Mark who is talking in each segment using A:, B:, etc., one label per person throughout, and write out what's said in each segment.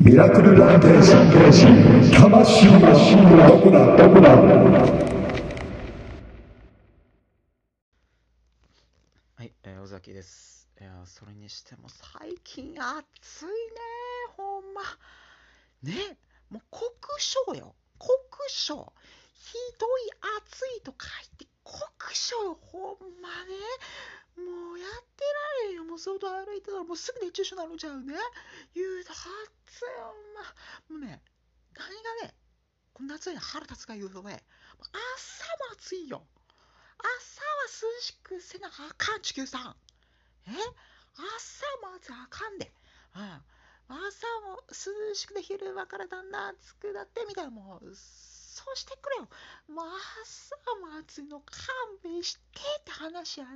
A: ミラクルランテーション魂のどこだどこだ
B: はい、えー尾崎です。いやーそれにしても最近暑いねほんま。ねもう酷暑よ。酷暑。ひどい暑いと書いて酷暑よ、ほんまね。もうやってられんよ。もう外歩いてたらもうすぐ熱中症なるちゃうね。言うと暑いよ、ほんま。もうね、何がね、この夏に腹立つか言うとね、もう朝も暑いよ。朝は涼しくせなあかん地球さんえ朝も暑いあかんで、うん、朝も涼しくて昼間からだんだん暑くなってみたいなもうそうしてくれよもう朝も暑いの勘弁してって話やね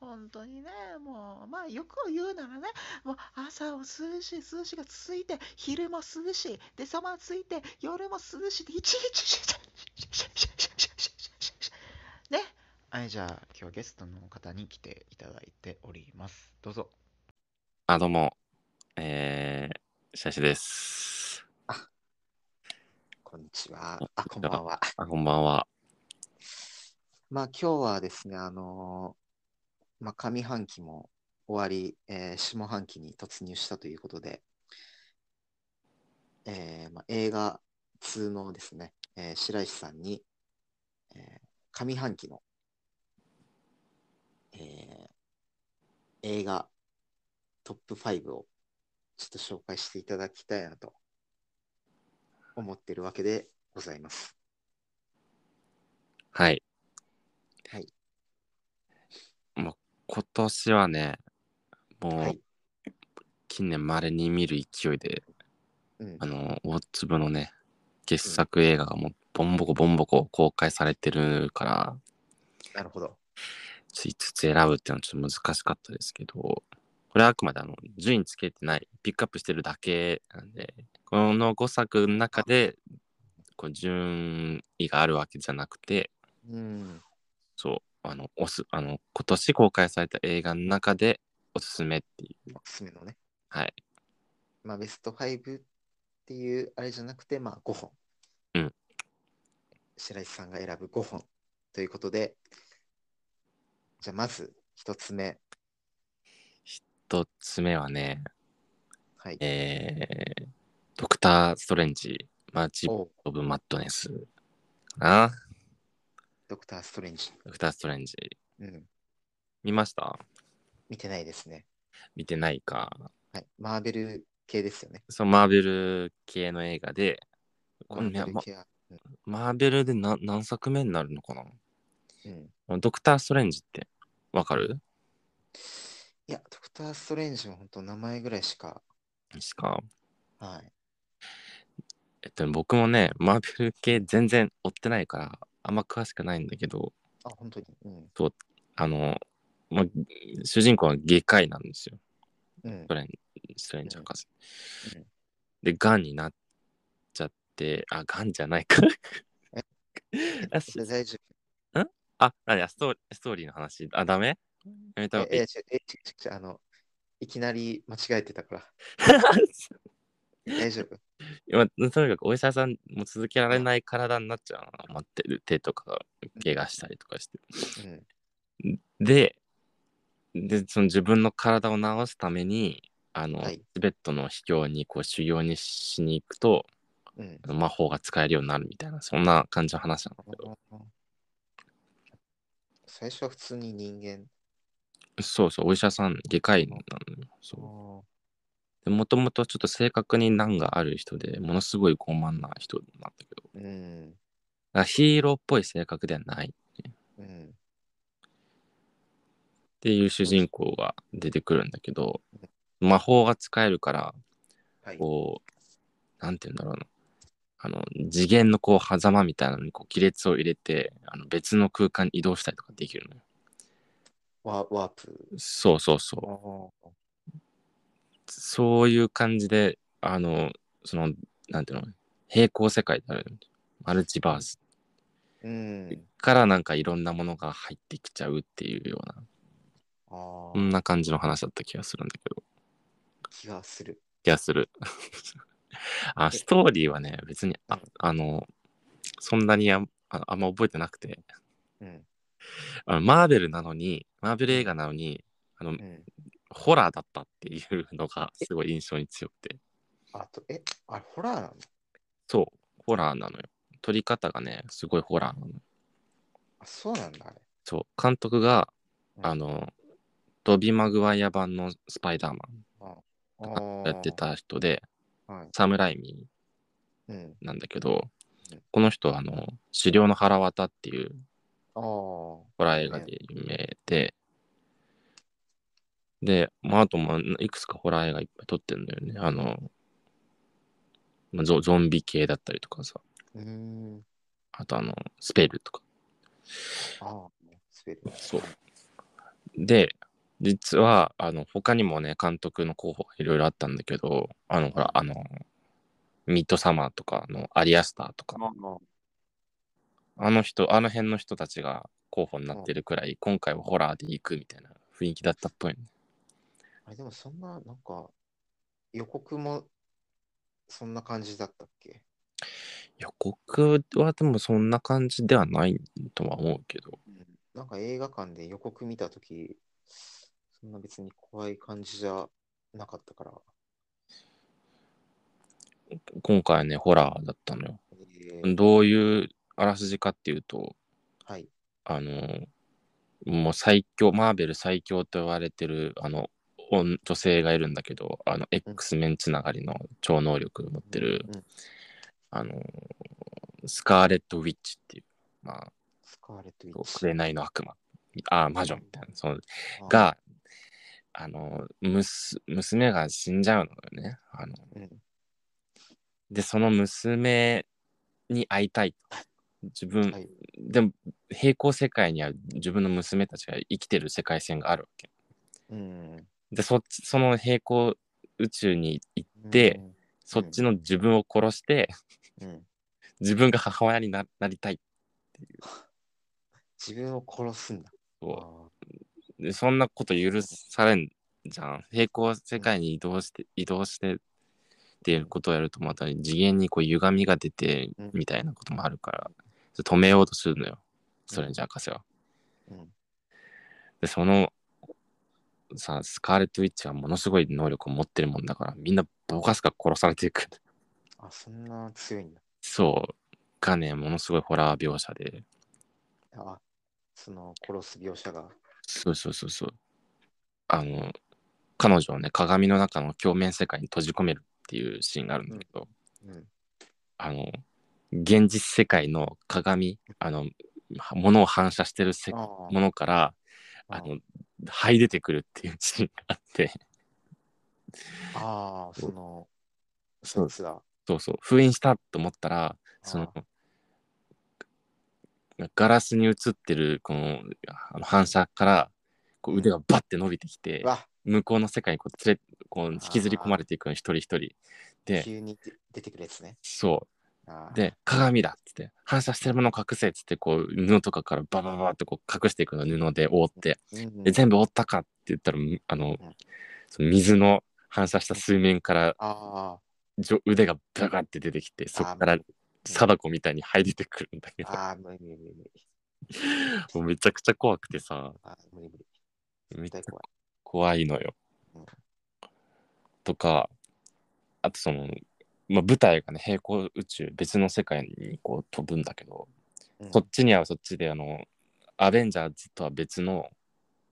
B: うん本当にね、もう、まあ、欲を言うならね、もう朝も涼しい、涼しいが続いて、昼も涼しい、で、さも暑いて、夜も涼しいで、一日、ね。はい、じゃあ今日はゲストの方に来ていただいております。どうぞ。
C: あ、どうも。えー、シャシです。
D: こんにちは。あ、こんばんは。
C: あ、こんばんは。
D: まあ今日はですね、あのーまあ上半期も終わり、えー下半期に突入したということで、えーまあ、映画通のですね、えー白石さんに、えー上半期の、えー映画トップ5をちょっと紹介していただきたいなと思ってるわけでございます。
C: はい。
D: はい。
C: もう今年はね、もう、
D: はい
C: 近年まれに見る勢いで、
D: うん
C: あ、の、ウォッチ部のね、傑作映画がもう、ボンボコボンボコ公開されてるから、
D: なるほど。
C: ついつつ選ぶっていうのはちょっと難しかったですけど、これはあくまであの順位つけてない、ピックアップしてるだけなんで、この5作の中でこう順位があるわけじゃなくて、
D: うん。
C: そう、あの、おすあの今年公開された映画の中でおすすめっていう、
D: おすすめのね。
C: はい。
D: まあ、ベスト5っていうあれじゃなくて、まあ、5本。
C: うん
D: 白石さんが選ぶ5本ということで、じゃあまず1つ目。
C: 1つ目はね、
D: はい。
C: えー、ドクター・ストレンジ、マーチ・
D: おう
C: オブ・マッドネスかな、
D: ドクター・ストレンジ。
C: ドクター・ストレンジ。
D: うん。
C: 見ました
D: 見てないですね。
C: 見てないか。
D: はい。マーベル系ですよね。
C: そのマーベル系の映画で、これ
D: マー
C: ね
D: ベル
C: ま
D: 系は。うん
C: マーベルでな何作目になるのかな
D: うん。
C: ドクター・ストレンジってわかる
D: いや、ドクター・ストレンジも本当名前ぐらいしか。
C: ですか、
D: はい。
C: えっと、僕もね、マーベル系全然追ってないから、あんま詳しくないんだけど、
D: あ、本当に。うん。
C: あの、まあ、主人公は外科医なんですよ、
D: うん
C: スト。レンストレンジ博士
D: うんうん。
C: で、がんになっちゃって、あ、がんじゃないか。あし
D: 大丈
C: あ、何やストーリー、ストーリーの話。あ、ダメやめた
D: 夫。
C: 方
D: え
C: がい
D: え、違、
C: いう
D: え、違う違うあの、いきなり間違えてたから。大丈夫。
C: まあ、とにかくお医者さんも続けられない体になっちゃうの持ってる手とか怪我したりとかして
D: うん。
C: ででその自分の体を治すためにあの、
D: はい
C: チベットの秘境にこう修行にしに行くと
D: うん
C: あ。の魔法が使えるようになるみたいなそんな感じの話なんだけど
D: 最初は普通に人間。
C: そうそうお医者さん外科医なのよそ
D: お
C: うでもともとちょっと性格に難がある人でものすごい傲慢な人なんだけど
D: ーう
C: だ
D: ん。
C: からヒーローっぽい性格ではない
D: うん。
C: っていう主人公が出てくるんだけど魔法が使えるから
D: はい。
C: こうなんて言うんだろうなあの次元のこう狭間みたいなのにこう亀裂を入れてあの別の空間に移動したりとかできるのよ
D: ワワープ。
C: そうそうそう
D: おー
C: そういう感じであのそのなんていうの平行世界であるマルチバース
D: うん。
C: からなんかいろんなものが入ってきちゃうっていうような
D: あ
C: そ
D: あ、
C: んな感じの話だった気がするんだけど
D: 気がする。
C: 気がす る。あ、ストーリーはね、別に、ああの、そんなにあんああんま覚えてなくて、
D: うん。
C: あのマーベルなのに、マーベル映画なのに、あの、
D: うん。
C: ホラーだったっていうのがすごい印象に強くて。
D: あと、え、あれ、ホラーなの
C: そう、ホラーなのよ。撮り方がね、すごいホラーなのよ。
D: あ、そうなんだ、あれ。
C: そう、監督が、
D: うん
C: あの、ドビー・マグワイア版のスパイダーマンやってた人で、
D: あー。はい。
C: サムライミ
D: うん。
C: なんだけど
D: うん、
C: この人は、あの、狩猟の腹渡っていう
D: ああ。
C: ホラー映画で有名で、で、まあ、あともいくつかホラー映画いっぱい撮ってるんだよね。あの、まあゾゾンビ系だったりとかさ、
D: うーん。
C: あとあの、スペルとか。
D: ああ。滑る。
C: そう。で、実は、あの、他にもね、監督の候補がいろいろあったんだけど、あの、ほら、あの、ミッドサマーとかのアリアスターとか、あの人、あの辺の人たちが候補になってるくらい、今回はホラーで行くみたいな雰囲気だったっぽいね。
D: あれ、でもそんな、なんか、予告も、そんな感じだったっけ
C: 予告はでもそんな感じではないとは思うけど、
D: なんか映画館で予告見たとき、そんな別に怖い感じじゃなかったから。
C: 今回はね、ホラーだったのよ。
D: えー
C: どういうあらすじかっていうと、
D: はい。
C: あの、もう最強、マーベル最強と言われてる、あの、女女性がいるんだけど、あの、X メンつながりの超能力を持ってる、
D: うん
C: あの、スカーレット・ウィッチっていう、まあ、
D: スカーレット・ウィ
C: こ
D: ッ
C: う
D: チ。
C: 紅の悪魔、ああ、魔女みたいな、その
D: あー、
C: が、あの、むす娘が死んじゃうのよね。あの
D: うん
C: で、その娘に会いたい。自分、
D: はい
C: でも平行世界には自分の娘たちが生きてる世界線があるわけ。
D: うん。
C: で、そっち、その平行宇宙に行って、そっちの自分を殺して、
D: うん、うん
C: 自分が母親にななりたい
D: 自分を殺すんだ。
C: と。
D: あ
C: でそんなこと許されんじゃん。平行世界に移動して、移動してっていうことをやると、また次元にこう歪みが出て
D: うん
C: みたいなこともあるから、それ止めようとするのよ。それじゃ博士は。
D: ーうん
C: で、その、さ、スカーレット・ウィッチはものすごい能力を持ってるもんだから、みんなボカスカ殺されていく。
D: あ、そんな強いんだ。
C: そう。がね、ものすごいホラー描写で。
D: あ、その殺す描写が。
C: そうそうそうそう。あの、彼女をね、鏡の中の鏡面世界に閉じ込めるっていうシーンがあるんだけど、
D: うん。
C: あの、現実世界の鏡、あの、ものを反射してるせも
D: あ
C: のから、
D: あ
C: あの、這い出てくるっていうシーンがあって、
D: あー、その、
C: そう
D: つだ。
C: そうそう、封印したと思ったら、その
D: あ、
C: ガラスに映ってるこのあの反射からこう腕がバッて伸びてきて
D: う、わ、
C: 向こうの世界にこう連れこう引きずり込まれていくの一人一人。で、
D: 急に出出てくるやつね。
C: そ
D: あ
C: う。
D: ー、
C: で、鏡だっつって、反射してるものを隠せっつって、こう布とかからババババってこう隠していくの布で覆って、
D: うん
C: で、全部覆ったかって言ったら、むあの
D: ん、
C: その水の反射した水面から
D: あ
C: じょ腕がバカって出てきて、そこから
D: あ
C: 貞子みたいに入出てくるんだけ
D: ー、
C: ど、
D: あー無理無理無理無理。
C: もうめちゃくちゃ怖くてさ、
D: あー無理無理。
C: めっ
D: 絶
C: ちゃ
D: 対怖い。
C: 怖いのよ
D: うん。
C: とかあとその、まあ、舞台がね平行宇宙別の世界にこう飛ぶんだけど、
D: うん
C: そっちにはそっちであのアベンジャーズとは別の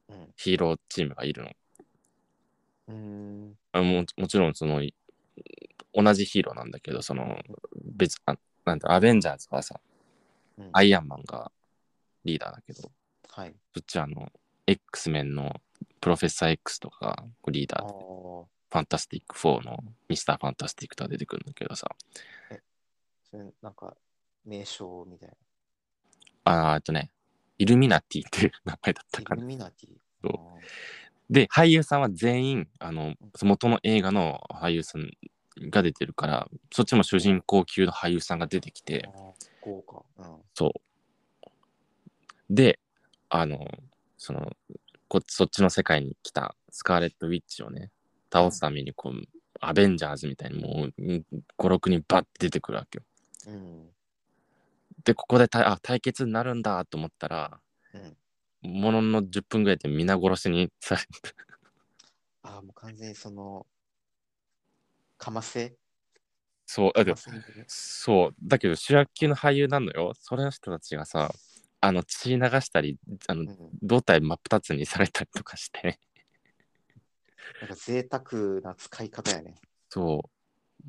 D: うん
C: ヒーローチームがいるの。
D: うーん。
C: あももちろんそのい同じヒーローなんだけどその別あなんだアベンジャーズはさ
D: うん
C: アイアンマンがリーダーだけどそ
D: はい。
C: っちはあの X メンのプロフェッサー X とかがリーダ
D: あ
C: ーで
D: ー
C: ファンタスティック4のミスターファンタスティックとは出てくるんだけどさ。
D: それなんか、名称みたい
C: あーえっとね、イルミナティっていう名前だったか
D: な。イ
C: な
D: ル。ミナティ。
C: そう
D: あ
C: で、俳優さんは全員、あの、元の映画の俳優さんが出てるから、そっちも主人公級の俳優さんが出てきて
D: ー、あー豪華。うん。
C: そう。で、あの、その、こそっちの世界に来たスカーレット・ウィッチをね、倒すためにこう、アベンジャーズみたいにもう56人バッて出てくるわけよ。
D: うん。
C: でここでたあ対決になるんだと思ったら、ものの10分ぐらいで皆殺しにされて
D: ああ、もう完全にその、かませ
C: そうだ
D: か
C: け
D: ま
C: ど
D: せにね
C: そうだけど主役級の俳優なのよそれの人たちがさあの血流したりあ
D: う
C: の
D: ん。
C: 胴体真っ二つにされたりとかして
D: なんか贅沢な使い方やね。
C: そ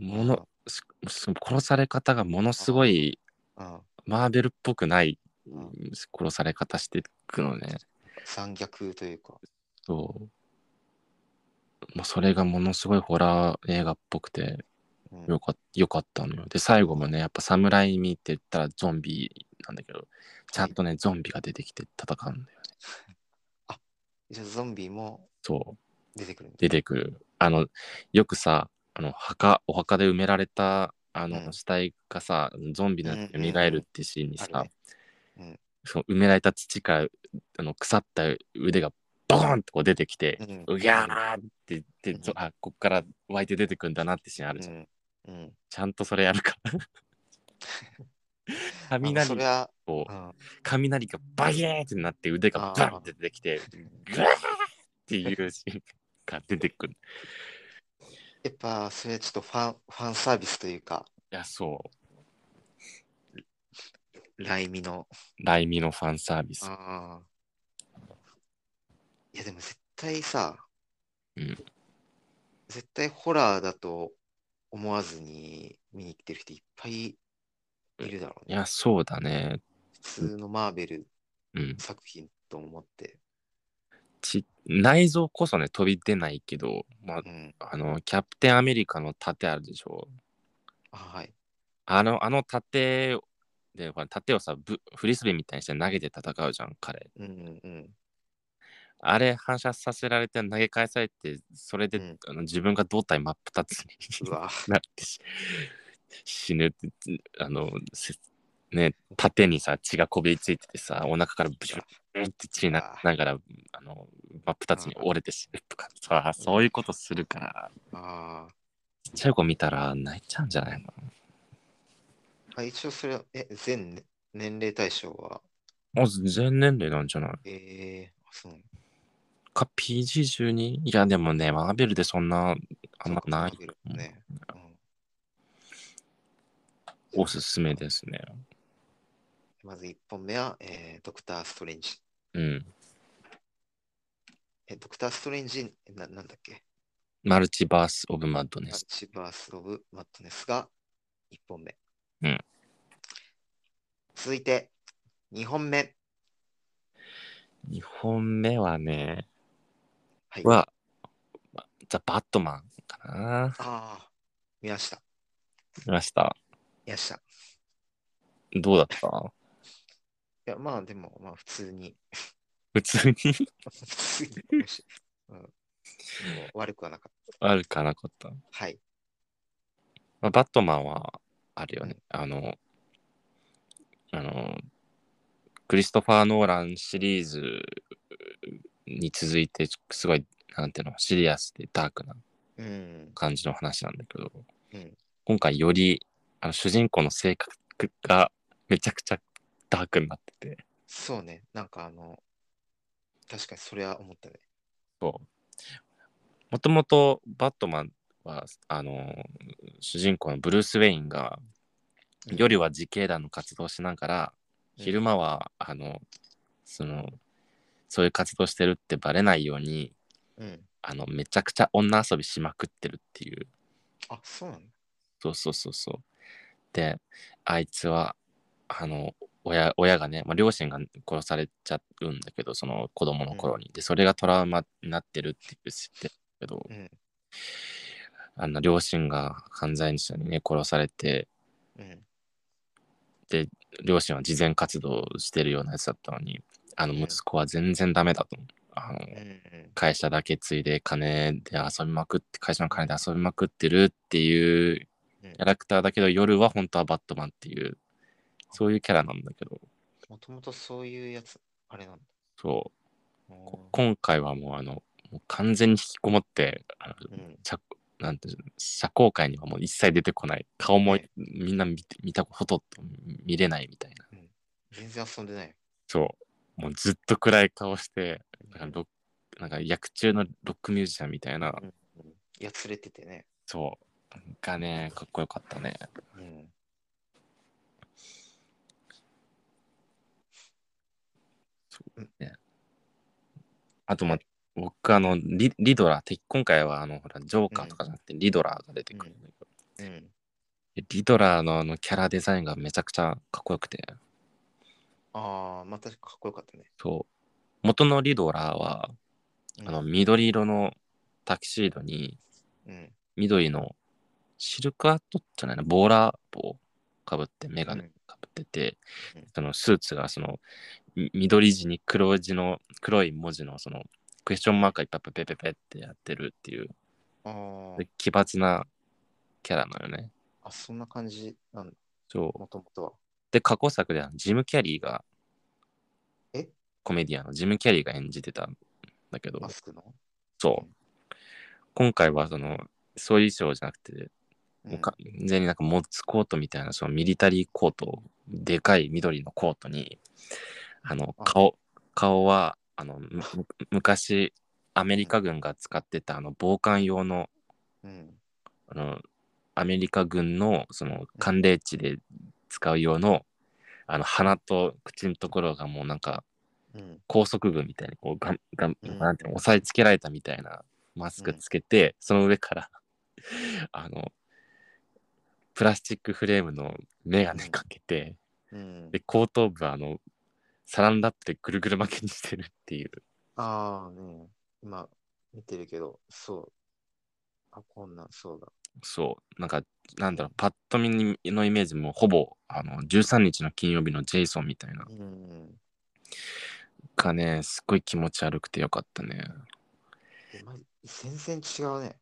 C: うものしし殺され方がものすごい
D: うん。
C: マーベルっぽくない
D: うん
C: 殺され方していくのね
D: 残虐というか。
C: そうもうそれがものすごいホラー映画っぽくて
D: うん
C: よかよかったのよで最後もねやっぱ侍見って言ったらゾンビなんだけどちゃんとねゾンビが出てきて戦うんだよ
D: じゃあゾンビも
C: そう
D: 出てくるんだ
C: 出てくるあのよくさあの墓お墓で埋められたあ
D: う
C: の
D: ん
C: 死体がさ、ゾンビになって
D: うんうんうん
C: 蘇るってシーンにさ、
D: あるね
C: その埋められた土からあの腐った腕がボーンとこう出てきて、
D: うん
C: うぎゃーって言って、
D: うん
C: あこっから湧いて出てくるんだなってシーンあるじゃん、
D: うん。うん。
C: ちゃんとそれやるから
D: あのそ
C: 雷
D: れは、
C: こ
D: う。
C: うん雷がバギーンってなって腕がバーンって出てきてグワーっていうシーンが出てくる
D: やっぱ、それはちょっとファン、ファンサービスというか、
C: いやそう
D: ライミの。
C: ライミのファンサービス。
D: ああ。いや、でも絶対さ、
C: うん
D: 絶対ホラーだと思わずに見に来てる人いっぱいいるだろう
C: い
D: ね。
C: や、そうだね。
D: 普通のマーベル
C: うん。
D: 作品と思って。
C: ち内臓こそね、飛び出ないけど、まあ
D: う、ん。
C: あの、キャプテンアメリカの盾あるでしょ。
D: あはい。
C: あの、あの盾で、ほら盾をさぶ、フリスビーみたいにして投げて戦うじゃん、彼。
D: うんうんうん。
C: あれ、反射させられて投げ返されて、それで、
D: うん
C: あの自分が胴体真っ二つに
D: うわ、
C: なってし死ぬって、あの、せね、盾にさ、血がこびりついててさ、お腹からブシュって血になながら、あの、真っ二つに折れて死ぬとかさ、そういうことするから、
D: あ
C: ちっちゃい子見たら泣いちゃうんじゃないの
D: あ。一応それは、え、全ね年齢対象は、
C: もう全年齢なんじゃない
D: ええあそう。
C: か、PG12? いや、でもね、マーベルでそんな、あんまな
D: そう
C: い
D: か。マーベルね。うん
C: おすすめですね。
D: まず1本目は、えードクター・ストレンジ。
C: うん。
D: え、ドクター・ストレンジ、ななんだっけ
C: マルチバース・オブ・マッドネ
D: マッ
C: ス。
D: チバース・オブ・マットネスが1本目。
C: うん
D: 続いて、2本目。
C: 2本目はね、
D: はい。
C: は、まザ・バットマンかな。
D: ああ、見ました。
C: 見ました。
D: 見ました。い
C: どうだった
D: や、まあでも、まあ普通に、
C: 普通に
D: 普通に見ました、うん、悪くはなかっ
C: 悪かなかった。
D: た。はい。
C: まあ、バットマンは、あるよね。あの、あの、クリストファー・ノーランシリーズに続いて、すごい、なんていうの、シリアスでダークな
D: うん。
C: 感じの話なんだけど、
D: うん
C: 今回より、あの主人公の性格がめちゃくちゃダークになってて、
D: そうね。なんかあの、確かにそれは思ったね。
C: そう。もともとバットマンは、あの、主人公のブルース・ウェインが、
D: うん
C: 夜は自警団の活動をしながら、
D: うん
C: 昼間は、あの、その、そういう活動してるってバレないように、
D: うん。
C: あの、めちゃくちゃ女遊びしまくってるっていう。
D: あ、そうなんだ。
C: そうそうそうそう。で、あいつは、あの、親親がね、まあ、両親が殺されちゃうんだけど、その子供の頃に。で、それがトラウマになってるっていう知ってるけど、
D: うん
C: あの、両親が犯罪者にね、殺されて、
D: うん。
C: 両親は慈善活動をしてるようなやつだったのに、あの、
D: うん
C: 息子は全然ダメだと思う。あの
D: うんうん。
C: 会社だけ継いで金で遊びまくって会社の金で遊びまくってるっていう
D: うん
C: キャラクターだけど夜は本当はバットマンっていうそういうキャラなんだけど
D: もともとそういうやつ、あれなんだ。
C: そうこ
D: おー
C: 今回はもうあのもう完全に引きこもってあの
D: うん。
C: 着なんていうの社交界にはもう一切出てこない顔も
D: ね
C: みんな見て見たほとんど見れないみたいな
D: 全然遊んでないよ。
C: そうもうずっと暗い顔してなんかロックなんか役中のロックミュージシャンみたいな、
D: うんうんいや、連れててね。
C: そうがねかっこよかったね
D: うん。
C: あとまあ僕あのリリドラて今回はあのほらジョーカーとかじゃなくてリドラーが出てくるんだけど、
D: うん。
C: リドラーのあのキャラデザインがめちゃくちゃかっこよくて
D: ああ、またかっこよかったね。
C: そう元のリドラーは
D: うん
C: あの緑色のタキシードに
D: うん。
C: 緑のシルクアットじゃないなボーラー帽かぶって眼鏡
D: うん
C: かぶってて、
D: うん
C: そのスーツがそのみ緑地に黒字の黒い文字のそのクエスチョンマークがいっぱいペペペペってやってるっていう
D: あー
C: で奇抜なキャラなのよね。
D: あ、そんな感じなんだ、
C: そう
D: もともとは。
C: で過去作であのジム・キャリーが
D: え
C: コメディアンのジム・キャリーが演じてたんだけど
D: マスクの。
C: そう今回はそのそういう衣装じゃなくて
D: うん
C: もう完全になんかモッツコートみたいなそのミリタリーコートでかい緑のコートにあの
D: あ
C: 顔顔はあのむむ昔アメリカ軍が使ってたあの防寒用の
D: うん。
C: あのアメリカ軍のその寒冷地で使う用のあの鼻と口のところがもうなんか
D: うん。
C: 高速軍みたいにこうがんがん
D: うん
C: なんていうの押さえつけられたみたいなマスクつけて、その上から あのプラスチックフレームの眼鏡かけて、
D: うん
C: で、後頭部はあのサランラップでぐるぐる巻きにしてるっていう
D: ああ、ね。今、見てるけど、そう。あ、こんなん、そうだ。
C: そうなんかなんだろうパッと見にのイメージもほぼあの13日の金曜日のジェイソンみたいな
D: うん。
C: がねすごい気持ち悪くてよかったね
D: えまじ全然違うね。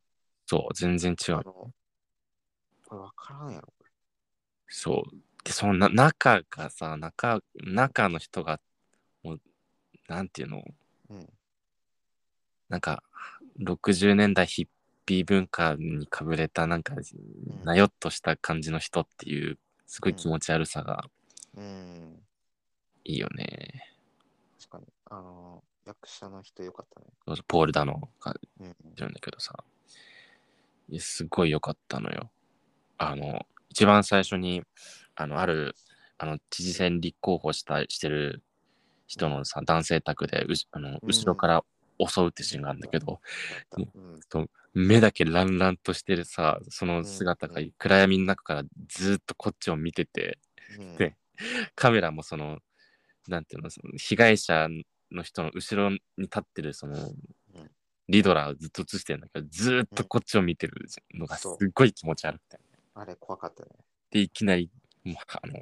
C: そう全然違
D: あ
C: う
D: の、これ分からんやろ。
C: そう。で、そのな中がさ、中、中の人が、もう、なんていうの
D: うん。
C: なんか、60年代ヒッピー文化にかぶれた、なんか、なよっとした感じの人っていう、すごい気持ち悪さが
D: うん。
C: いいよね。
D: 確かに。あの、役者の人よかったね。
C: ポール・ダノが
D: うん。
C: いるんだけどさ、いやすごい良かったのよ。あの、一番最初に、あの、ある、あの、知事選立候補した、してる人のさ、男性宅で、うしあの
D: うん
C: 後ろから襲うってシーンがあるんだけど、
D: やったうん。
C: 目だけランランとしてるさ、その姿が
D: うん
C: 暗闇の中からずーっとこっちを見てて、
D: うん
C: でカメラもその、なんていうの、その被害者の人の後ろに立ってる、その、リドラーをずっと映してるんだけど、ずーっとこっちを見てるのがすっごい気持ち悪くて。
D: あれ怖かったね。
C: で、いきなり、もうあの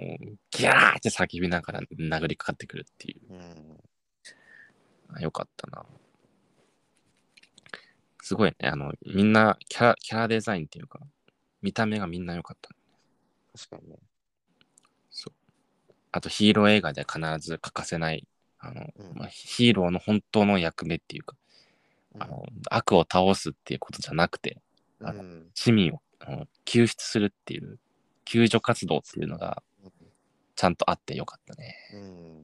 C: ギャーって叫びながら殴りかかってくるっていう。
D: うん。
C: あよかったな。すごいね、あの、みんなキャラ、キャラデザインっていうか、見た目がみんな良かった。
D: 確かにね。
C: そう。あとヒーロー映画で必ず欠かせない、あの、
D: うん
C: まあ、ヒーローの本当の役目っていうか、
D: うん
C: あの、悪を倒すっていうことじゃなくて、あの
D: うん。
C: 市民をあの救出するっていう、救助活動っていうのがちゃんとあってよかったね。
D: うん。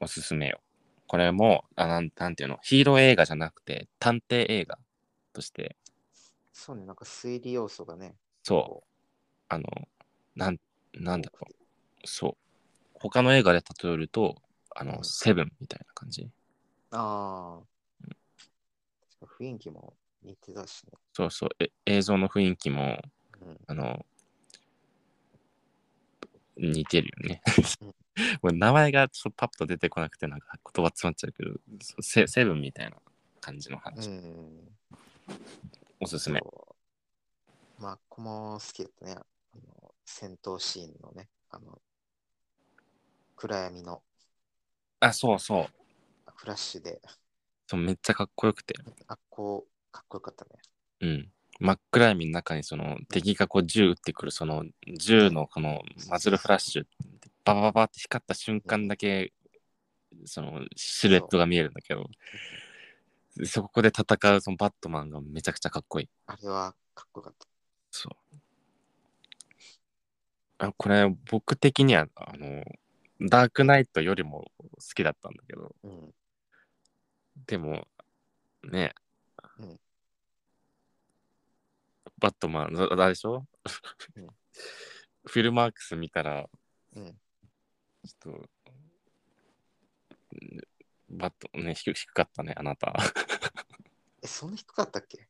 C: おすすめよ。これも、あなんなんていうの、ヒーロー映画じゃなくて、探偵映画として、
D: そうね、なんか推理要素がね。
C: そう。あの、なん、なんだろう。そう。他の映画で例えると、あ
D: う
C: の、
D: ん
C: セブンみたいな感じ。
D: ああ。確か雰囲気も似てたしね。
C: そうそう。え映像の雰囲気も、
D: うん。
C: あの、似てるよね。 これ名前がちょっとパッと出てこなくて、なんか言葉詰まっちゃうけど、そうセセブンみたいな感じの
D: う
C: 話。
D: ん。
C: おすすめ。
D: そうまあ、ここも好きだったね。あの戦闘シーンのね、あの、暗闇の
C: あ、そうそう
D: フラッシュで、
C: そう。めっちゃかっこよくて。
D: あこう、かっこよかったね。
C: うん。真っ暗闇の中にその敵がこう銃撃ってくるその銃のこのマズルフラッシュババババって光った瞬間だけそのシルエットが見えるんだけどそこで戦うそのバットマンがめちゃくちゃかっこいい。
D: あれはかっこよかった。
C: そう。あこれ僕的にはあのダークナイトよりも好きだったんだけど
D: うん。
C: でもね、
D: うん
C: バットマンああれでしょ、
D: うん
C: フィルマークス見たら
D: うん。
C: ちょっとうんバットね低低かったねあなた
D: え、そんな低かったっけ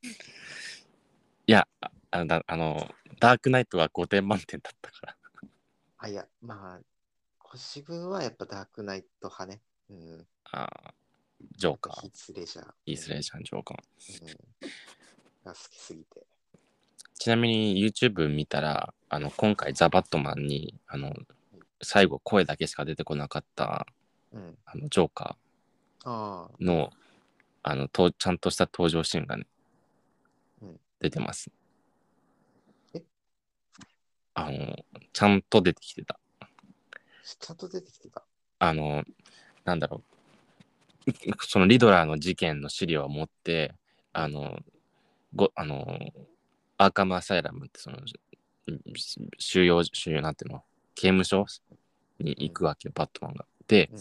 C: いやああのだあのダークナイトは5点満点だったから
D: あ、いや、まあ、腰分はやっぱダークナイト派ね。うん。
C: あージョーカ
D: ヒ
C: ー
D: ースレジャー。
C: いいスレージャージョーカー
D: うん。が好きすぎて。
C: ちなみに YouTube 見たらあの今回ザ・バットマンにあの最後声だけしか出てこなかった
D: うん。
C: あのジョーカ
D: ああ、
C: ーのあのとちゃんとした登場シーンがね、
D: うん
C: 出てます
D: え
C: あのちゃんと出てきてた
D: ちゃんと出てきてた。
C: あのなんだろうそのリドラーの事件の資料を持ってあのごあのアーカムアサイラムってそのし収容収容なんていうの刑務所に行くわけよバットマンが。で
D: うん。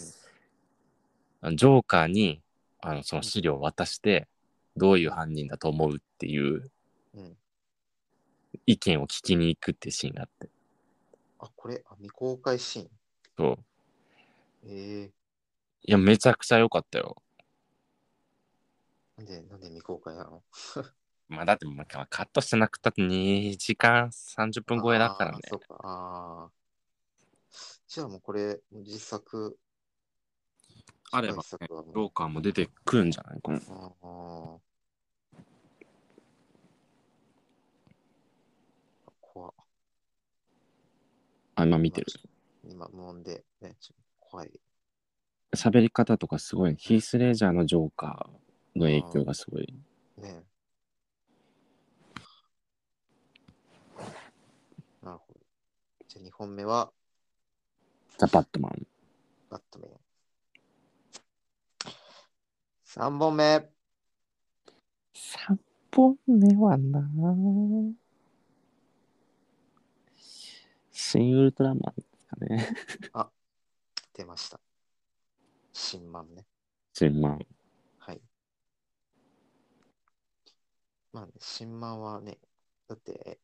C: あのジョーカーにあのその資料を渡してどういう犯人だと思うっていう
D: うん。
C: 意見を聞きに行くっていうシーンがあって
D: あ、これ、あ未公開シーン。
C: そう
D: ええ
C: いやめちゃくちゃ良かったよ。
D: なんで、なんで未公開なの
C: まあだってもうカットしてなくたって2時間30分超えだからね
D: あ。ーそっか。ああ。じゃあもうこれ、実作。
C: あればね
D: 実作はもう
C: ローカーも出てくるんじゃないこの
D: ああ。怖っ
C: あ、今見てる。
D: 今無音で、ね、ちょっと怖い。
C: 喋り方とかすごい、ヒース・レジャーのジョーカーの影響がすごい。
D: ねなるほど。じゃあ2本目は、
C: ザ・バットマン。
D: バットメン。3本目、
C: 3本目はなぁ新ウルトラマンですかね。
D: 出ました。新漫ね。
C: 新マン。
D: はい。まあ、ね、新漫はね、だって、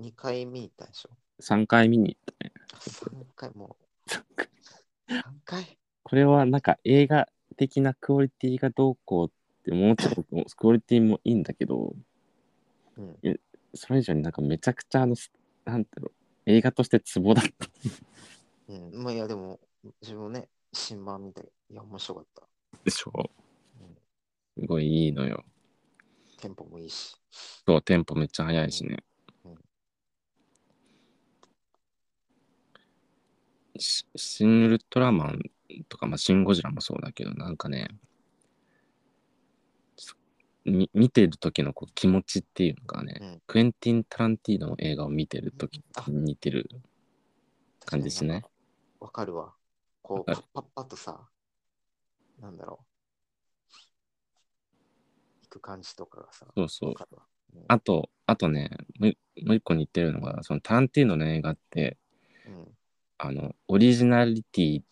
D: 2回見に行ったんでしょ
C: 3回見に行ったね。
D: あ3回 もう。3回
C: これはなんか映画的なクオリティがどうこうって思っちゃうことも、クオリティもいいんだけど、
D: うん。
C: それ以上になんかめちゃくちゃあの、なんていうの、映画としてツボだった。
D: うん。まあ、いや、でも、自分もね、新漫見たけど、いや、面白かった。
C: でしょ
D: うん
C: すごいいいのよ。
D: テンポもいいし。
C: そう、テンポめっちゃ速いしね。
D: うん
C: しシン・ウルトラマンとか、まあ、シン・ゴジラもそうだけど、なんかね、そみ見てる時のこう気持ちっていうのがね、
D: うん
C: クエンティン・タランティーノの映画を見てる時
D: あ
C: に似てる感じですね。
D: わかるわ。こう、
C: わか
D: パッパッパッとさ、なんだろう。行く感じとかがさ、
C: そうそう
D: わ。かるわ。うん
C: あと、あとね、もうもう一個似てるのが、そのタランティーノの映画って、
D: うん
C: あの、オリジナリティ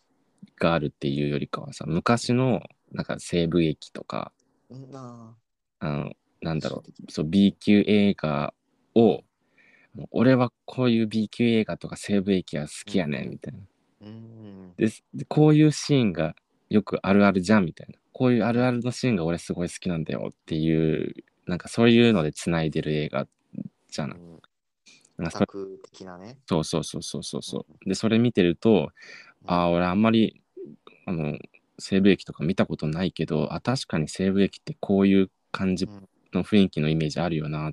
C: があるっていうよりかはさ、昔の、なんか西部劇とか、
D: うん。な
C: あの、なんだろう、そう、B 級映画を、あの俺はこういう B 級映画とか西部劇は好きやねん、みたいな。
D: あうん。
C: で、でこういうシーンがよくあるあるじゃん、みたいな。こういうあるあるのシーンが俺すごい好きなんだよっていう、なんかそういうので繋いでる映画じゃ
D: う
C: ない。
D: ん。
C: なんかそれ
D: オタク的なね。
C: そうそうそうそうそうそう。で、それ見てると、ああ、俺あんまり、あの、西部劇とか見たことないけど、あ、確かに西部劇ってこういう感じの雰囲気のイメージあるよな。
D: う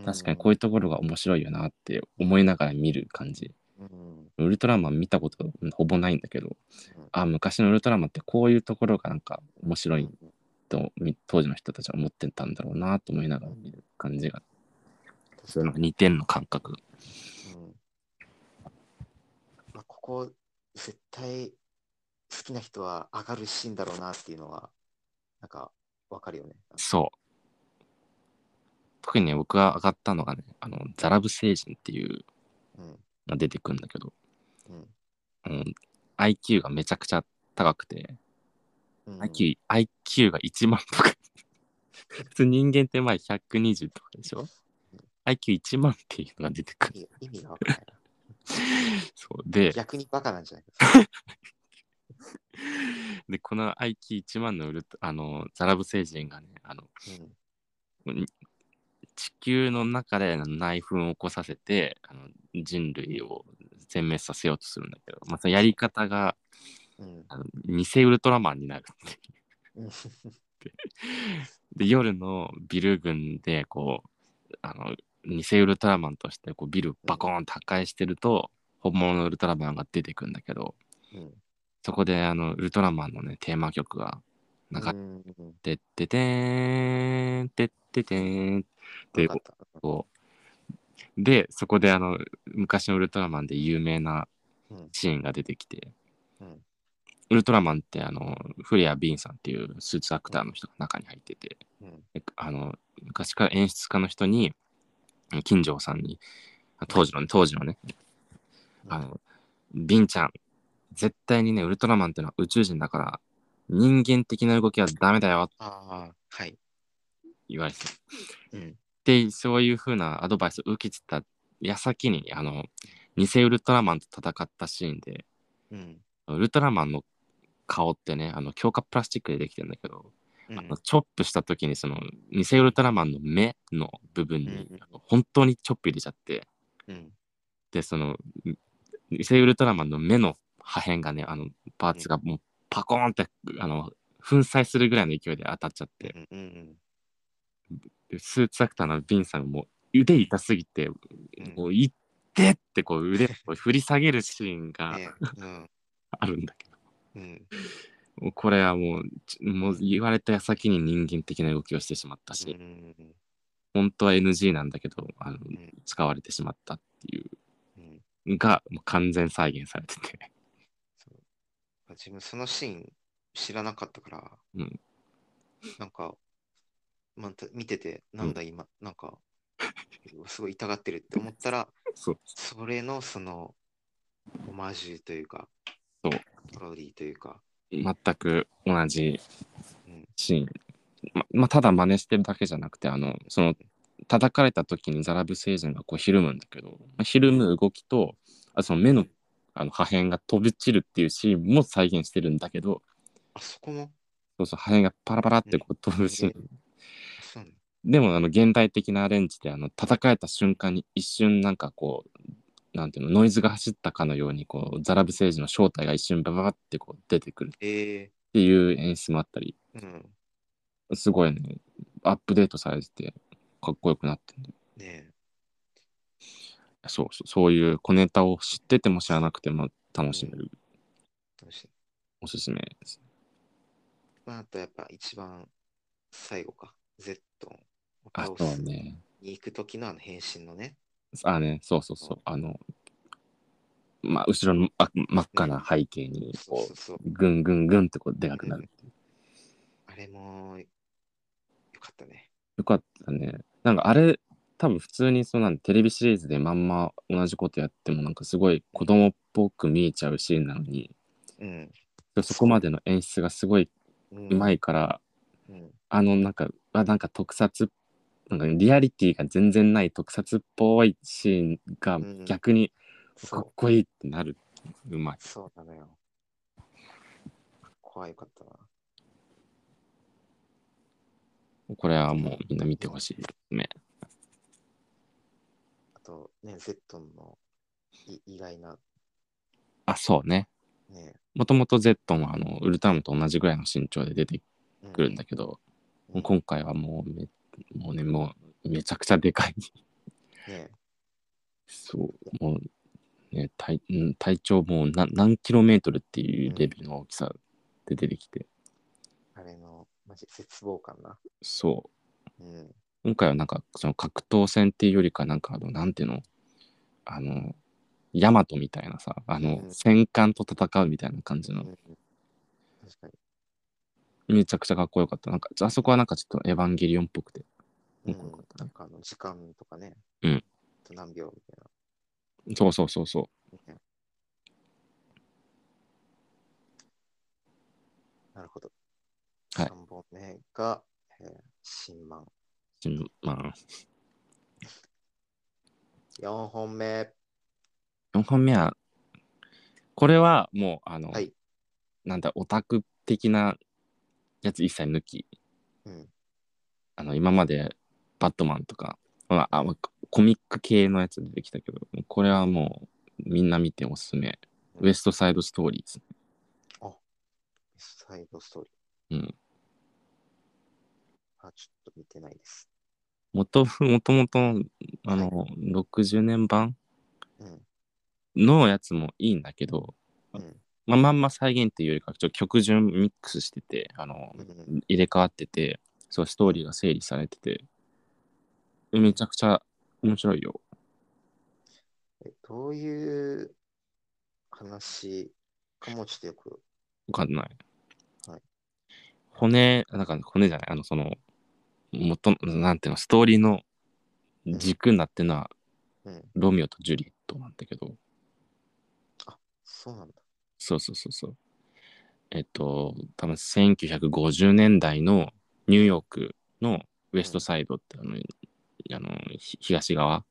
D: ん
C: 確かにこういうところが面白いよなって思いながら見る感じ。
D: うん。
C: ウルトラマン見たことほぼないんだけど、あ、昔のウルトラマンってこういうところがなんか面
D: う
C: 白い
D: ん。
C: と、み当時の人たちは思ってたんだろうなと思いながら見る感じが、そういうのが似てんの感覚。
D: うんまあ、ここ絶対好きな人は上がるシーンだろうなっていうのはなんかわかるよね。
C: そう。特にね、僕が上がったのがね、あの、ザラブ星人っていう
D: うん。
C: のが出てくるんだけど、
D: うん。
C: あの IQ がめちゃくちゃ高くて、
D: うん、
C: IQ, IQ が1万とか。 普通人間って前120とかでしょ ?IQ1 万っていうのが出てくる。
D: 意味意味がわからないな。
C: そうで、
D: 逆にバカなんじゃない
C: で、この IQ1 万のウルトあの、ザラブ星人がね、あの、
D: ですか。うん。
C: 地球の中で内紛を起こさせてあの人類を全滅させようとするんだけど、まあ、そのやり方が
D: うん。
C: あの偽ウルトラマンになるっていう
D: うん
C: で夜のビル群でこうあの偽ウルトラマンとしてこうビルバコーンと破壊してると本物のウルトラマンが出てくるんだけど
D: うん。
C: そこであのウルトラマンのねテーマ曲が流れ
D: うん。
C: てっててーんてっててーんって
D: わかった
C: そう。で、そこであの、昔のウルトラマンで有名な
D: うん。
C: シーンが出てきて、
D: うん。
C: ウルトラマンってあの、フレア・ビーンさんっていうスーツアクターの人が中に入ってて、
D: うん。
C: であの、昔から演出家の人に、金城さんに、あ当時のね、当時のね、あの、ビンちゃん、絶対にね、ウルトラマンってのは宇宙人だから、人間的な動きはダメだよって
D: ああ、はい。
C: 言われてて、
D: うん。
C: でそういう風なアドバイスを受けてた矢先にあの偽ウルトラマンと戦ったシーンで
D: うん。
C: ウルトラマンの顔ってねあの強化プラスチックでできてるんだけど、
D: うん
C: あのチョップした時にその偽ウルトラマンの目の部分に、
D: うんうん
C: あの本当にチョップ入れちゃって
D: うん。
C: でそのう偽ウルトラマンの目の破片がねあのパーツがもうパコーンってあの粉砕するぐらいの勢いで当たっちゃって、
D: うん。うん。
C: でスーツアクターのビンさんも腕痛すぎて、
D: ん
C: もう行ってってこう腕をこう振り下げるシーンが
D: ねうん。
C: あるんだけど、
D: うん。
C: もうこれはもうちもう言われた矢先に人間的な動きをしてしまったし、
D: うん。
C: 本当は NG なんだけどあの、
D: ん
C: 使われてしまったってい
D: うん。
C: うがもう完全再現されてて、
D: そう自分そのシーン知らなかったから、
C: うん
D: なんか、また見てて、なんだ今、なんか、すごい痛がってるって思ったら、
C: そう
D: それのその、オマージュというか、
C: そう
D: パロディというか、
C: 全く同じ
D: うん
C: シーン、ままあただ真似してるだけじゃなくてあのその叩かれた時にザラブ星人がこうひるむんだけど、まあ、ひるむ動きとあその目のあの破片が飛び散るっていうシーンも再現してるんだけど
D: あそこも、
C: そうそう破片がパラパラってこう飛ぶシーン、
D: あそうなの
C: でもあの現代的なアレンジであの叩かれた瞬間に一瞬なんかこうなんていうのノイズが走ったかのようにこうザラブ星人の正体が一瞬バババってこう出てくるっ
D: え
C: ていう演出もあったり
D: ー、うん、
C: すごいねアップデートされててかっこよくなってる
D: ね
C: そうそう、そういう小ネタを知ってても知らなくても楽しめる
D: え、楽しい。
C: おすすめです。
D: まあ、あとやっぱ一番最後か、Z を
C: あ
D: 倒
C: とは
D: す
C: ね、
D: に行く時のあの変身のね、
C: あね、そうそうそう、あの、まあ、後ろのあ真っ赤な背景に、
D: そう
C: こ
D: そうそう、
C: う、ぐんぐんぐんってこう、でかくなるっていう。
D: あれも、よかったね。
C: よかったね。なんかあれ、多分普通にそうなんテレビシリーズでまんま同じことやっても、なんかすごい子供っぽく見えちゃうシーンなのに、
D: うん。
C: そこまでの演出がすごい
D: うん
C: うまいから、
D: うん。
C: あの、なんか、あなんか特撮、なんかリアリティが全然ない特撮っぽいシーンが
D: うん
C: 逆に
D: そ
C: かっ
D: う、
C: こいいってなる。うまい。
D: そうなのよ。怖いかったな。
C: これはもうみんな見てほしい。ね。
D: あと、ね、Z のい意外な、
C: あ、そうね。
D: ね。
C: もともと Z もあの、ウルトラマンと同じぐらいの身長で出て
D: う
C: くるんだけど、もう
D: ね
C: 今回はもうめ、もうね、もうめちゃくちゃでかい。
D: ね
C: そう。もう、ね、体うん体長もう何何キロメートルっていうレベルの大きさで出てきて、
D: あれの、マジ絶望感な。
C: そう。
D: うん。
C: 今回はなんかその格闘戦っていうよりかなんかあのなんていうのあのヤマトみたいなさあの
D: うん
C: 戦艦と戦うみたいな感じ
D: う
C: の
D: ん確かに。
C: めちゃくちゃかっこよかった。なんか、あそこはなんかちょっとエヴァンゲリオンっぽくて。
D: う
C: か
D: ん
C: っこよかっ、た
D: なん
C: ね
D: かあの時間とかね、
C: うん
D: あと何秒みたい
C: そうそうそうそう。
D: な、ねなるほど。
C: はい
D: 3本目が、えー新漫。
C: うんまあ、
D: 4本目、
C: 4本目は、これはもう、あの、
D: はい
C: なんだ、オタク的なやつ一切抜き、
D: うん、
C: あの、今までバットマンとか、まあ、あコミック系のやつ出てきたけど、これはもう、みんな見ておすすめ。ウエストサイドストーリーですね。
D: サイドストー
C: う
D: リー。
C: ん。
D: あ、ちょっと見てないです。
C: もともともと、あの、60年版
D: うん。
C: のやつもいいんだけど、
D: うん。
C: まあ、まんま再現っていうよりか、ちょっと曲順ミックスしてて、あの、
D: うん
C: 入れ替わってて、そう、ストーリーが整理されてて、めちゃくちゃ面白いよ。
D: えどういう話かもちょっとよく。
C: わかんない。
D: はい
C: 骨、なんか骨じゃない、あの、その、元の、なんていうの、ストーリーの軸になってるのは、
D: うん。
C: ロミオとジュリエットなんだけど、
D: そうなんだ。
C: そうそうそうそう。えっと、多分1950年代のニューヨークのウエストサイドってあの、あのひ東側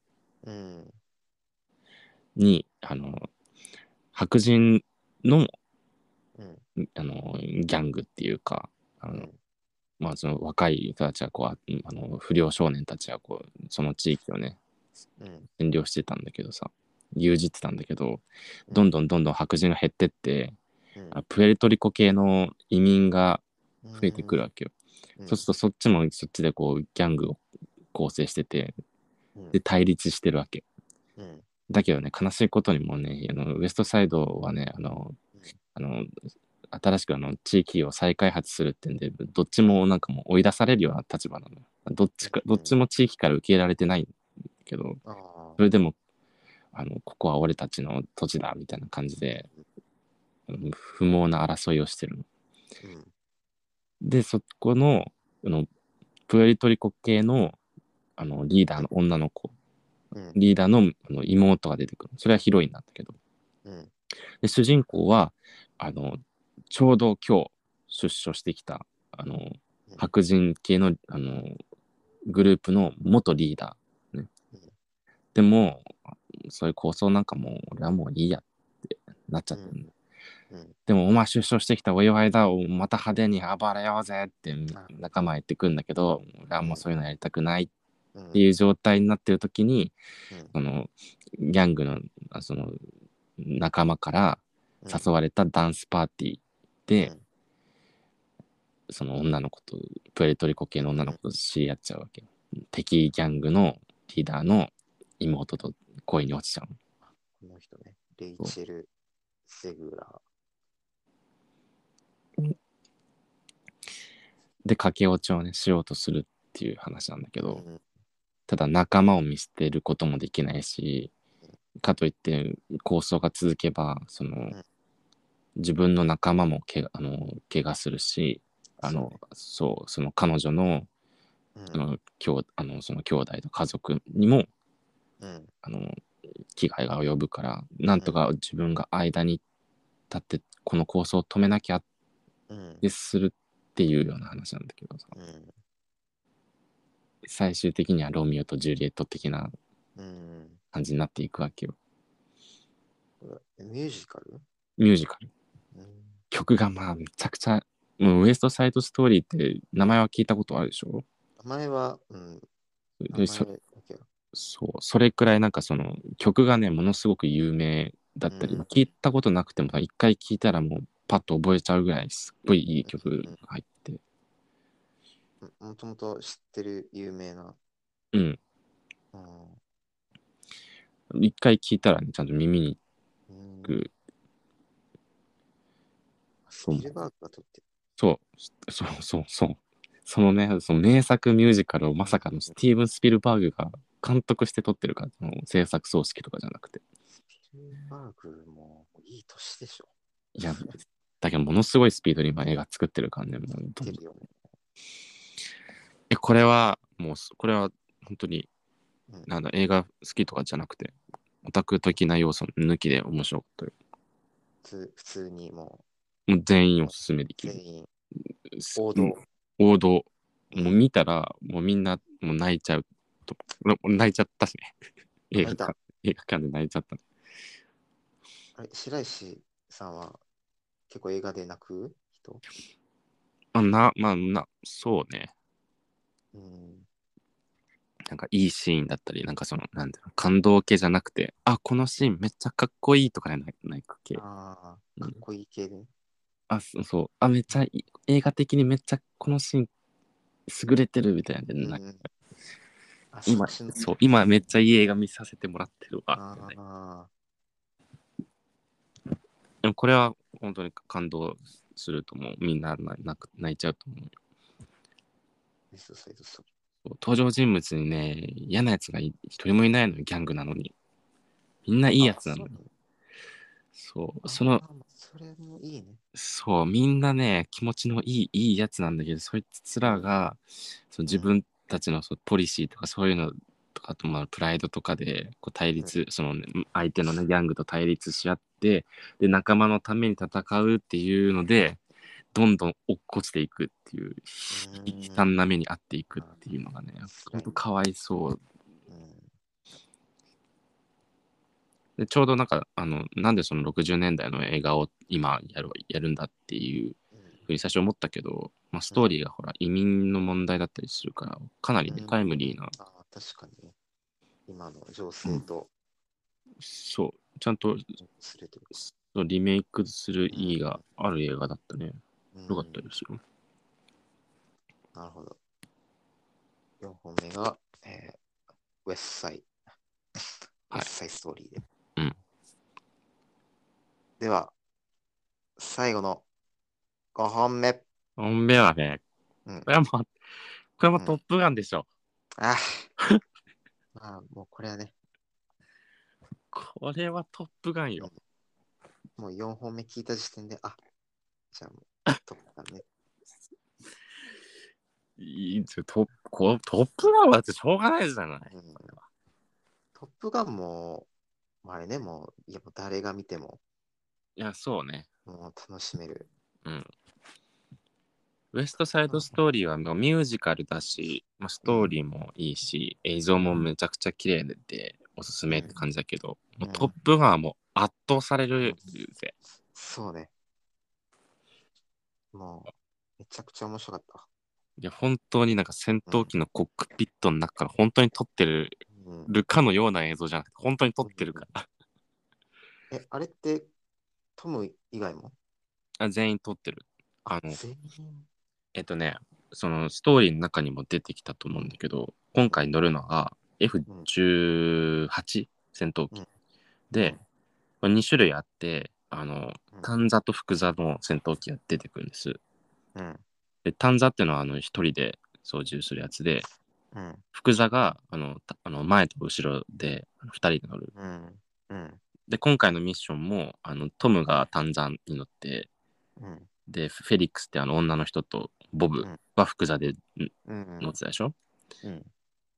D: うん。
C: に、あの、白人の
D: うん。
C: あのギャングっていうか、あ
D: う
C: の
D: ん。
C: まあ、その若い人たちはこうああの不良少年たちはこうその地域をね
D: うん。
C: 占領してたんだけどさ牛耳ってたんだけどどんどんどんどん白人が減ってって
D: うん
C: あプエルトリコ系の移民が増えてくるわけよ、
D: うん。
C: そうするとそっちもそっちでこうギャングを構成してて
D: うん
C: で対立してるわけ
D: うん。
C: だけどね悲しいことにもねあのウエストサイドはねあの
D: うん
C: あの新しくあの地域を再開発するってんでどっちもなんかもう追い出されるような立場なのよどっちか
D: うん
C: どっちも地域から受け入れられてないんだけど
D: ああ
C: そ。れでもあのここは俺たちの土地だみたいな感じであの不毛な争いをしてるの
D: うん。
C: でそこのあのプエルトリコ系のあのリーダーの女の子
D: うん。
C: リーダーのあの妹が出てくるそれはヒロインなんだけど
D: うん。
C: で主人公はあのちょうど今日出所してきたあの
D: うん
C: 白人系のあのグループの元リーダー、ね
D: うん
C: でもそういう構想なんかもう俺はもういいやってなっちゃったの、
D: うんうん
C: でもお前出所してきたお祝いだをまた派手に暴れようぜって
D: あ
C: 仲間は言ってくるんだけど俺はもうそういうのやりたくないっ
D: うん
C: ていう状態になってる時に、
D: うん
C: そのギャングのあその仲間から誘われたダンスパーティーで、
D: うん
C: その女の子とプエルトリコ系の女の子と知り合っちゃうわけよ敵ギャングのリーダーの妹と恋に落ちちゃうの
D: この人ね。レイチェル・セグラ
C: で駆け落ちをねしようとするっていう話なんだけ
D: ー。
C: ど、
D: うん
C: ただ仲間を見捨てることもできないしかといって構想が続けばその、
D: ん
C: 自分の仲間もけがあの怪我するしあのそうその彼女の
D: うん
C: あの兄あのその兄弟と家族にも
D: うん。
C: あの危害が及ぶからなんとか自分が間に立ってこの構想を止めなきゃっ
D: うん。
C: てするっていうような話なんだけどさ
D: うん。
C: 最終的にはロミオとジュリエット的な
D: うん。
C: 感じになっていくわけよ
D: これミュージカル
C: ミュージカル
D: うん。
C: 曲がまあめちゃくちゃもうウエストサイドストーリーって名前は聞いたことあるでしょ
D: 名前は、うん。名
C: で
D: 前
C: そ
D: だけど
C: そうそれくらいなんかその曲がねものすごく有名だったり、
D: うん
C: 聞いたことなくてもさ一回聞いたらもうパッと覚えちゃうぐらいすっごいいい曲が入って
D: もともと知ってる有名な。
C: うん
D: うん
C: 一回聞いたらねちゃんと耳に
D: うん
C: く
D: スピルバーグが撮って
C: そうそうそうそうそのねその名作ミュージカルをまさかのスティーブン・スピルバーグが監督して撮ってるからその制作葬式とかじゃなくて
D: スピルバーグもいい年でしょ。
C: いやだけどものすごいスピードで今映画作ってる感じなの
D: てるよね。
C: えこれはもうすこれは本当に
D: うん
C: なんだ映画好きとかじゃなくてオタク的な要素抜きで面白かったよ
D: 普通普通にも
C: もう全員おすすめで
D: う
C: きる
D: 全員
C: す
D: 王道。
C: うん王道もう見たらもうみんなもう泣いちゃうと俺俺泣いちゃったしね映 画
D: 泣いた
C: 館映画館で泣いちゃったね
D: あれ白石さんは結構映画で泣く人
C: あなまあなそうね
D: うん。
C: なんかいいシーンだったりなんかそのなんていうの感動系じゃなくてあこのシーンめっちゃかっこいいとかじゃないないか系
D: あ
C: う
D: あ、
C: ん
D: かっこいい系で。
C: あ、そうそう。あ、めっちゃいい、映画的にめっちゃこのシーン、優れてるみたいなんで、
D: うん
C: なんか
D: うんあ
C: 今、
D: 作詞の
C: そう、今めっちゃいい映画見させてもらってるわ。みたいな
D: あ
C: でもこれは本当に感動すると思う。みんな泣く泣いちゃうと思うよ。
D: あ、そうそうそう。
C: 登場人物にね、嫌なやつがい一人もいないのよ、ギャングなのに。みんないいやつなの
D: あ
C: よ。
D: そう
C: そう、その
D: あ、ーそれもいいね。
C: そう、みんなね、気持ちのいい、いいやつなんだけど、そいつらが、その自分たちのそうポリシーとかそういうのとか、あとまあプライドとかで、こう対立、そのね、相手のね、ギャングと対立し合って、で、仲間のために戦うっていうので、どんどん落っこちていくっていう、
D: うん
C: 悲惨な目に遭っていくっていうのがね、ほんとかわいそう。
D: うん
C: で、ちょうどなんか、あの、なんでその60年代の映画を今やるやるんだっていう
D: うん
C: ふうに最初思ったけど、まあ、ストーリーがほら移民の問題だったりするからかなりね、
D: うん
C: タイムリーな
D: ああ、確かにね。今の情勢と
C: そうちゃんと
D: すれてる。
C: そうリメイクする意義がある映画だったね
D: うん
C: よかったですよ、
D: なるほど。4本目が、えー、ウェストサイウ
C: はい
D: ェストサイドストーリーで。
C: うん
D: では、最後の5本目。
C: オンベはね
D: うん
C: これはもうこれはもうトップガンでしょ、
D: あー まあ、もうこれはね、
C: これはトップガンよ
D: もう4本目聞いた時点で、あじ ゃあもう、トップガンね。
C: いいですよトップこトップガンはだってしょうがないじゃない
D: うんトップガンも、まああれね、もう、いやもう誰が見ても、
C: いやそうね
D: もう楽しめる。
C: ウエストサイドストーリーはもうミュージカルだし、まあ、ストーリーもいいし、映像もめちゃくちゃ綺麗でおすすめって感じだけど、
D: うん
C: もうトップガンはもう圧倒されるぜ。
D: そうね。もう、めちゃくちゃ面白かった。
C: いや、本当になんか戦闘機のコックピットの中から本当に撮ってる
D: うん、
C: かのような映像じゃなくて、本当に撮ってるから。
D: え、あれって、トム以外も
C: あ全員撮ってる。あの、
D: 全員。
C: えっとね、そのストーリーの中にも出てきたと思うんだけど、今回乗るのが F18 戦闘機。
D: うん
C: で、これ2種類あって、あの、
D: うん
C: 単座と複座の戦闘機が出てくるんです。
D: うん。
C: で、単座っていうのは、あの、一人で操縦するやつで、
D: うん。
C: 複座が、あの、たあの前と後ろで2人で乗る。
D: うん。うん。
C: で、今回のミッションも、あの、トムが単座に乗って、
D: うん。
C: で、フェリックスってあの女の人とボブ
D: うん
C: は複座でん
D: うん。
C: 乗ってたでしょ、
D: うん。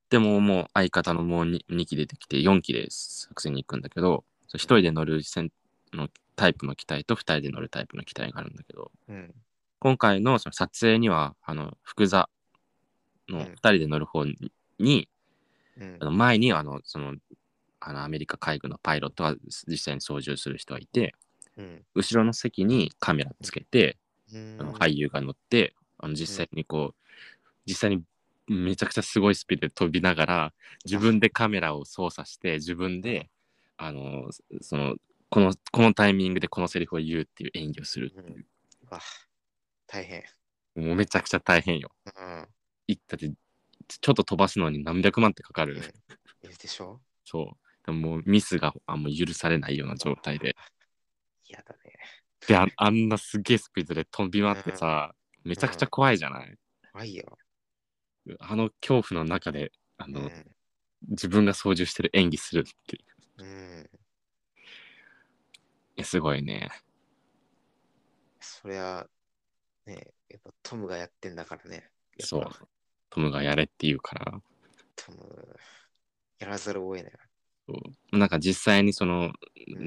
C: でももう相方のもう 2, 機出てきて4機で作戦に行くんだけど、1人で乗る戦のタイプの機体と2人で乗るタイプの機体があるんだけど、
D: うん。
C: 今回のその撮影には、あの、福座
D: うん
C: の2人で乗る方に、
D: うん
C: あの前に、あの、その、あのアメリカ海軍のパイロットは実際に操縦する人がいて、
D: うん。
C: 後ろの席にカメラつけて、
D: うん
C: あの俳優が乗って、あの実際にこう、実際にめちゃくちゃすごいスピードで飛びながら、自分でカメラを操作して、自分で、あの、その、この、このタイミングでこのセリフを言うっていう演技をするっていう
D: わ、大変。
C: う、もうめちゃくちゃ大変よ。
D: うん。
C: 行ったってちょっと飛ばすのに何百万ってかかる、
D: うんいるでしょ
C: そうでももうミスがあんま許されないような状態で
D: 嫌だね。
C: でああんなすげえスピードで飛び回ってさ、めちゃくちゃ怖いじゃない、
D: 怖いよ。
C: あの恐怖の中であ
D: う
C: の、
D: ん。
C: 自分が操縦してる演技するっていうい
D: うん。
C: やすごいね
D: そりゃ、ね、やっぱトムがやってんだからね。やっぱ
C: そう。トムがやれって言うから。
D: トム、やらざるを得ない。
C: なんか実際にその、
D: ん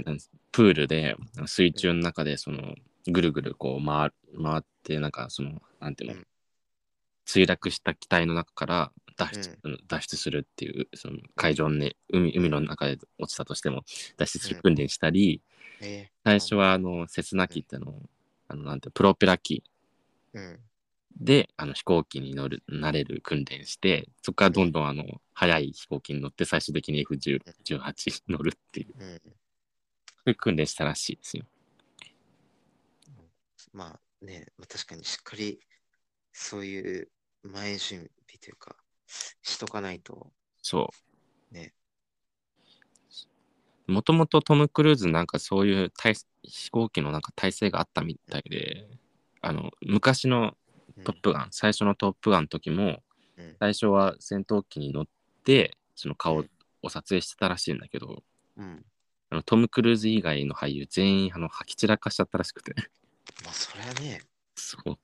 C: なんプールで水中の中でそのぐるぐるこう回る回ってなんかそのなんていうの、
D: うん
C: 墜落した機体の中から脱出,、脱出するっていうその海上に、ね、海海の中で落ちたとしても脱出する訓練したり、
D: え
C: 最初はあの刹那機っての,、あのなんてプロペラ機
D: えうん。
C: であの飛行機に乗るなれる訓練してそこからどんどんあの速い飛行機に乗って最終的に F18 乗るっていう。
D: うん。
C: 訓練したらしいですよ。
D: まあね、まあ確かにしっかり、そういう前準備というか、しとかないと、
C: そう。
D: ね。
C: もともとトム・クルーズなんかそういう体飛行機のなんか体制があったみたいで、あの昔の
D: う
C: 「
D: ん
C: トップガン」最初の「トップガン」の時も、
D: うん
C: 最初は戦闘機に乗ってその
D: う
C: 顔
D: ん
C: を撮影してたらしいんだけど、
D: うん。
C: あのトム・クルーズ以外の俳優全員あの吐き散らかしちゃったらしくて
D: まあそりゃね、
C: そう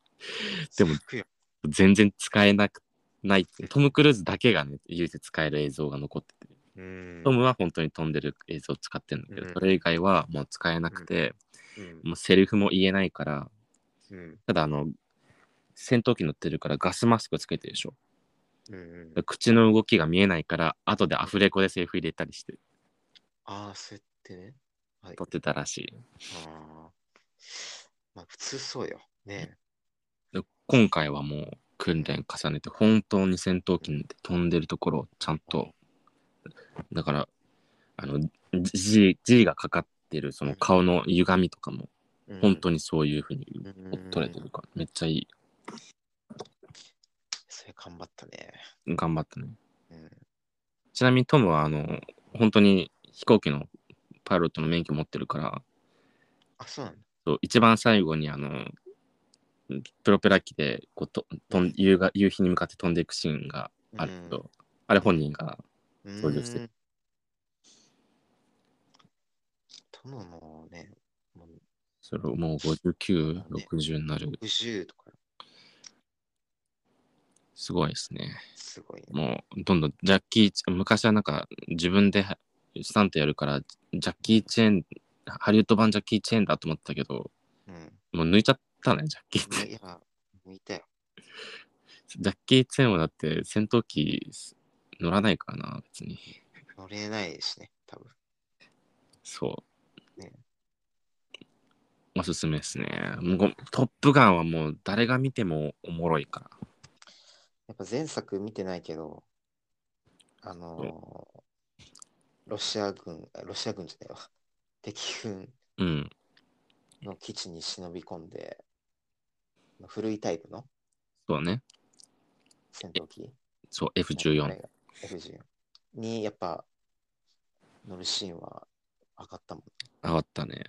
C: でも
D: 咲くよ
C: 全然使えなくないってトム・クルーズだけがね唯一使える映像が残ってて
D: うん。
C: トムは本当に飛んでる映像を使ってるんだけど、
D: うん
C: それ以外はもう使えなくて、
D: うん。
C: もうセリフも言えないから、
D: うん。
C: ただあの、戦闘機乗ってるからガスマスクつけてるでしょ。
D: うん。
C: 口の動きが見えないから、後でアフレコでセリフ入れたりして
D: ああ、そうやってね。はい。
C: 撮ってたらしい。
D: あーまあ普通そうよ。ね
C: で今回はもう訓練重ねて、本当に戦闘機に飛んでるところをちゃんと、だから、あの、G, G がかかってるその顔の歪みとかも、
D: うん
C: 本当にそういう風に
D: うん
C: 撮れてるから、めっちゃいい。
D: それ頑張ったね。
C: 頑張ったね。
D: うん。
C: ちなみにトムはあの本当に飛行機のパイロットの免許持ってるから
D: あ、そうなんだ。
C: そう一番最後にあのプロペラ機でこうと飛ん夕が夕日に向かって飛んでいくシーンがあるけど、あれ本人が
D: うん。
C: 登場して
D: うんトムもね、もう
C: それをもう5960になる
D: 60とか
C: すごいですね
D: すごいね。
C: もうどんどんジャッキーチ昔はなんか自分でスタントやるからジャッキー・チェーンハリウッド版ジャッキー・チェーンだと思ってたけど
D: うん。
C: もう抜いちゃったねジャッキー・チェーン
D: いや、向いたよ。
C: ジャッキー・チェンはだって戦闘機乗らないからな、別に。
D: 乗れないしね、多分。
C: そう。
D: ね
C: おすすめですね。もうトップガンはもう誰が見てもおもろいから。
D: やっぱ前作見てないけど、あのーロシア軍、あロシア軍じゃないわ。敵軍
C: うん。
D: の基地に忍び込んで、古いタイプの
C: そうね。
D: 戦闘機
C: そう、F14。。
D: F14。に、やっぱ、乗るシーンは上がったもん。
C: 上がったね。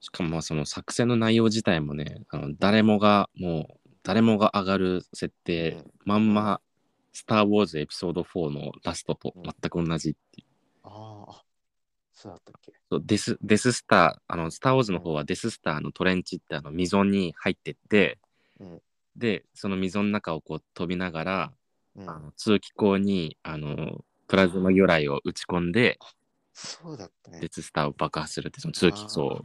C: しかもまあその作戦の内容自体もね、あの誰もがもう、誰もが上がる設定、
D: うん
C: まんま、スター・ウォーズエピソード4のラストと全く同じっていう
D: あーあ、そうだったっけ。
C: そうデスデススター、あの、スター・ウォーズの方はデススターのトレンチってあの溝に入ってって、
D: うん
C: で、その溝の中をこう飛びながら、
D: うん
C: あの通気口にあのプラズマ魚雷を打ち込んで、
D: そうだったね
C: デ。ススターを爆破するって、その通気
D: あ
C: 口
D: ー。本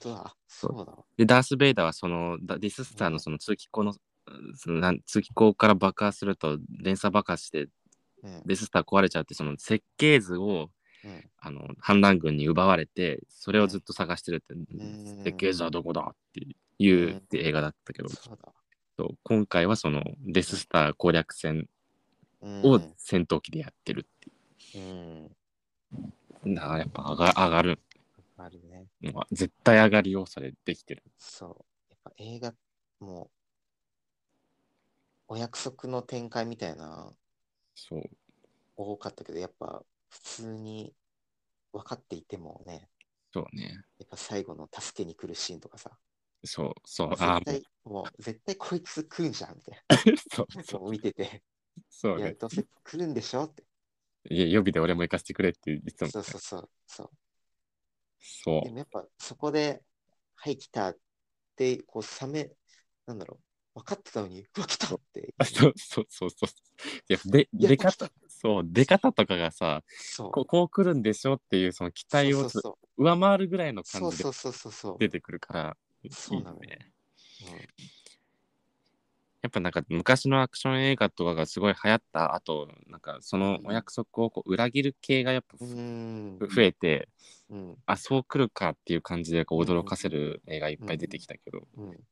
D: 当だ。そうだわ。
C: で、ダース・ベイダーはそのダデススターのその通気口の、そのなん通気口から爆破すると連鎖爆発して
D: うん。
C: デススター壊れちゃうってその設計図を
D: うん
C: あの反乱軍に奪われてそれをずっと探してるって、
D: ん
C: 設計図はどこだっていう、
D: うん
C: って映画だったけど、
D: そうだわ。
C: そう今回はそのデススター攻略戦
D: うん
C: を戦闘機でやってるってい
D: うん。
C: う、だからやっぱ上が上がる
D: あるね。
C: のは絶対上がる要素でできてる
D: そう。やっぱ映画、もう、お約束の展開みたいな、
C: そう
D: 多かったけど、やっぱ、普通に分かっていてもね、
C: そうね
D: やっぱ最後の助けに来るシーンとかさ、
C: そうそうあ
D: 絶
C: ーもう
D: 対、もう、絶対こいつ来るじゃん、みたい
C: そう
D: な。
C: そ
D: そうう見てて、
C: そう
D: いや、
C: ね
D: どうせ来るんでしょって。
C: いや予備で俺も行かせてくれっていつも
D: そうそうそう。そう
C: そ
D: でもやっぱそこで、はい、来たって、こう、冷め、なんだろう、分かってたのに、うわ、来たって。
C: う。そう そうそうそう。いやで
D: やっ
C: 出
D: と来
C: 方
D: た
C: そう出方とかがさ
D: そう。
C: こうこう来るんでしょっていうその期待を
D: そうそう
C: 上回るぐらいの
D: そ
C: 感
D: う。
C: じ
D: そ
C: で
D: うそうそうそう。
C: 出てくるからいい
D: そうなのよ
C: ね。
D: うん
C: やっぱなんか昔のアクション映画とかがすごい流行った後なんかそのお約束をこう裏切る系がやっぱ
D: うーん。
C: 増えて、
D: うん。
C: あそう来るかっていう感じでこう驚かせる映画いっぱい出てきたけど、
D: うん。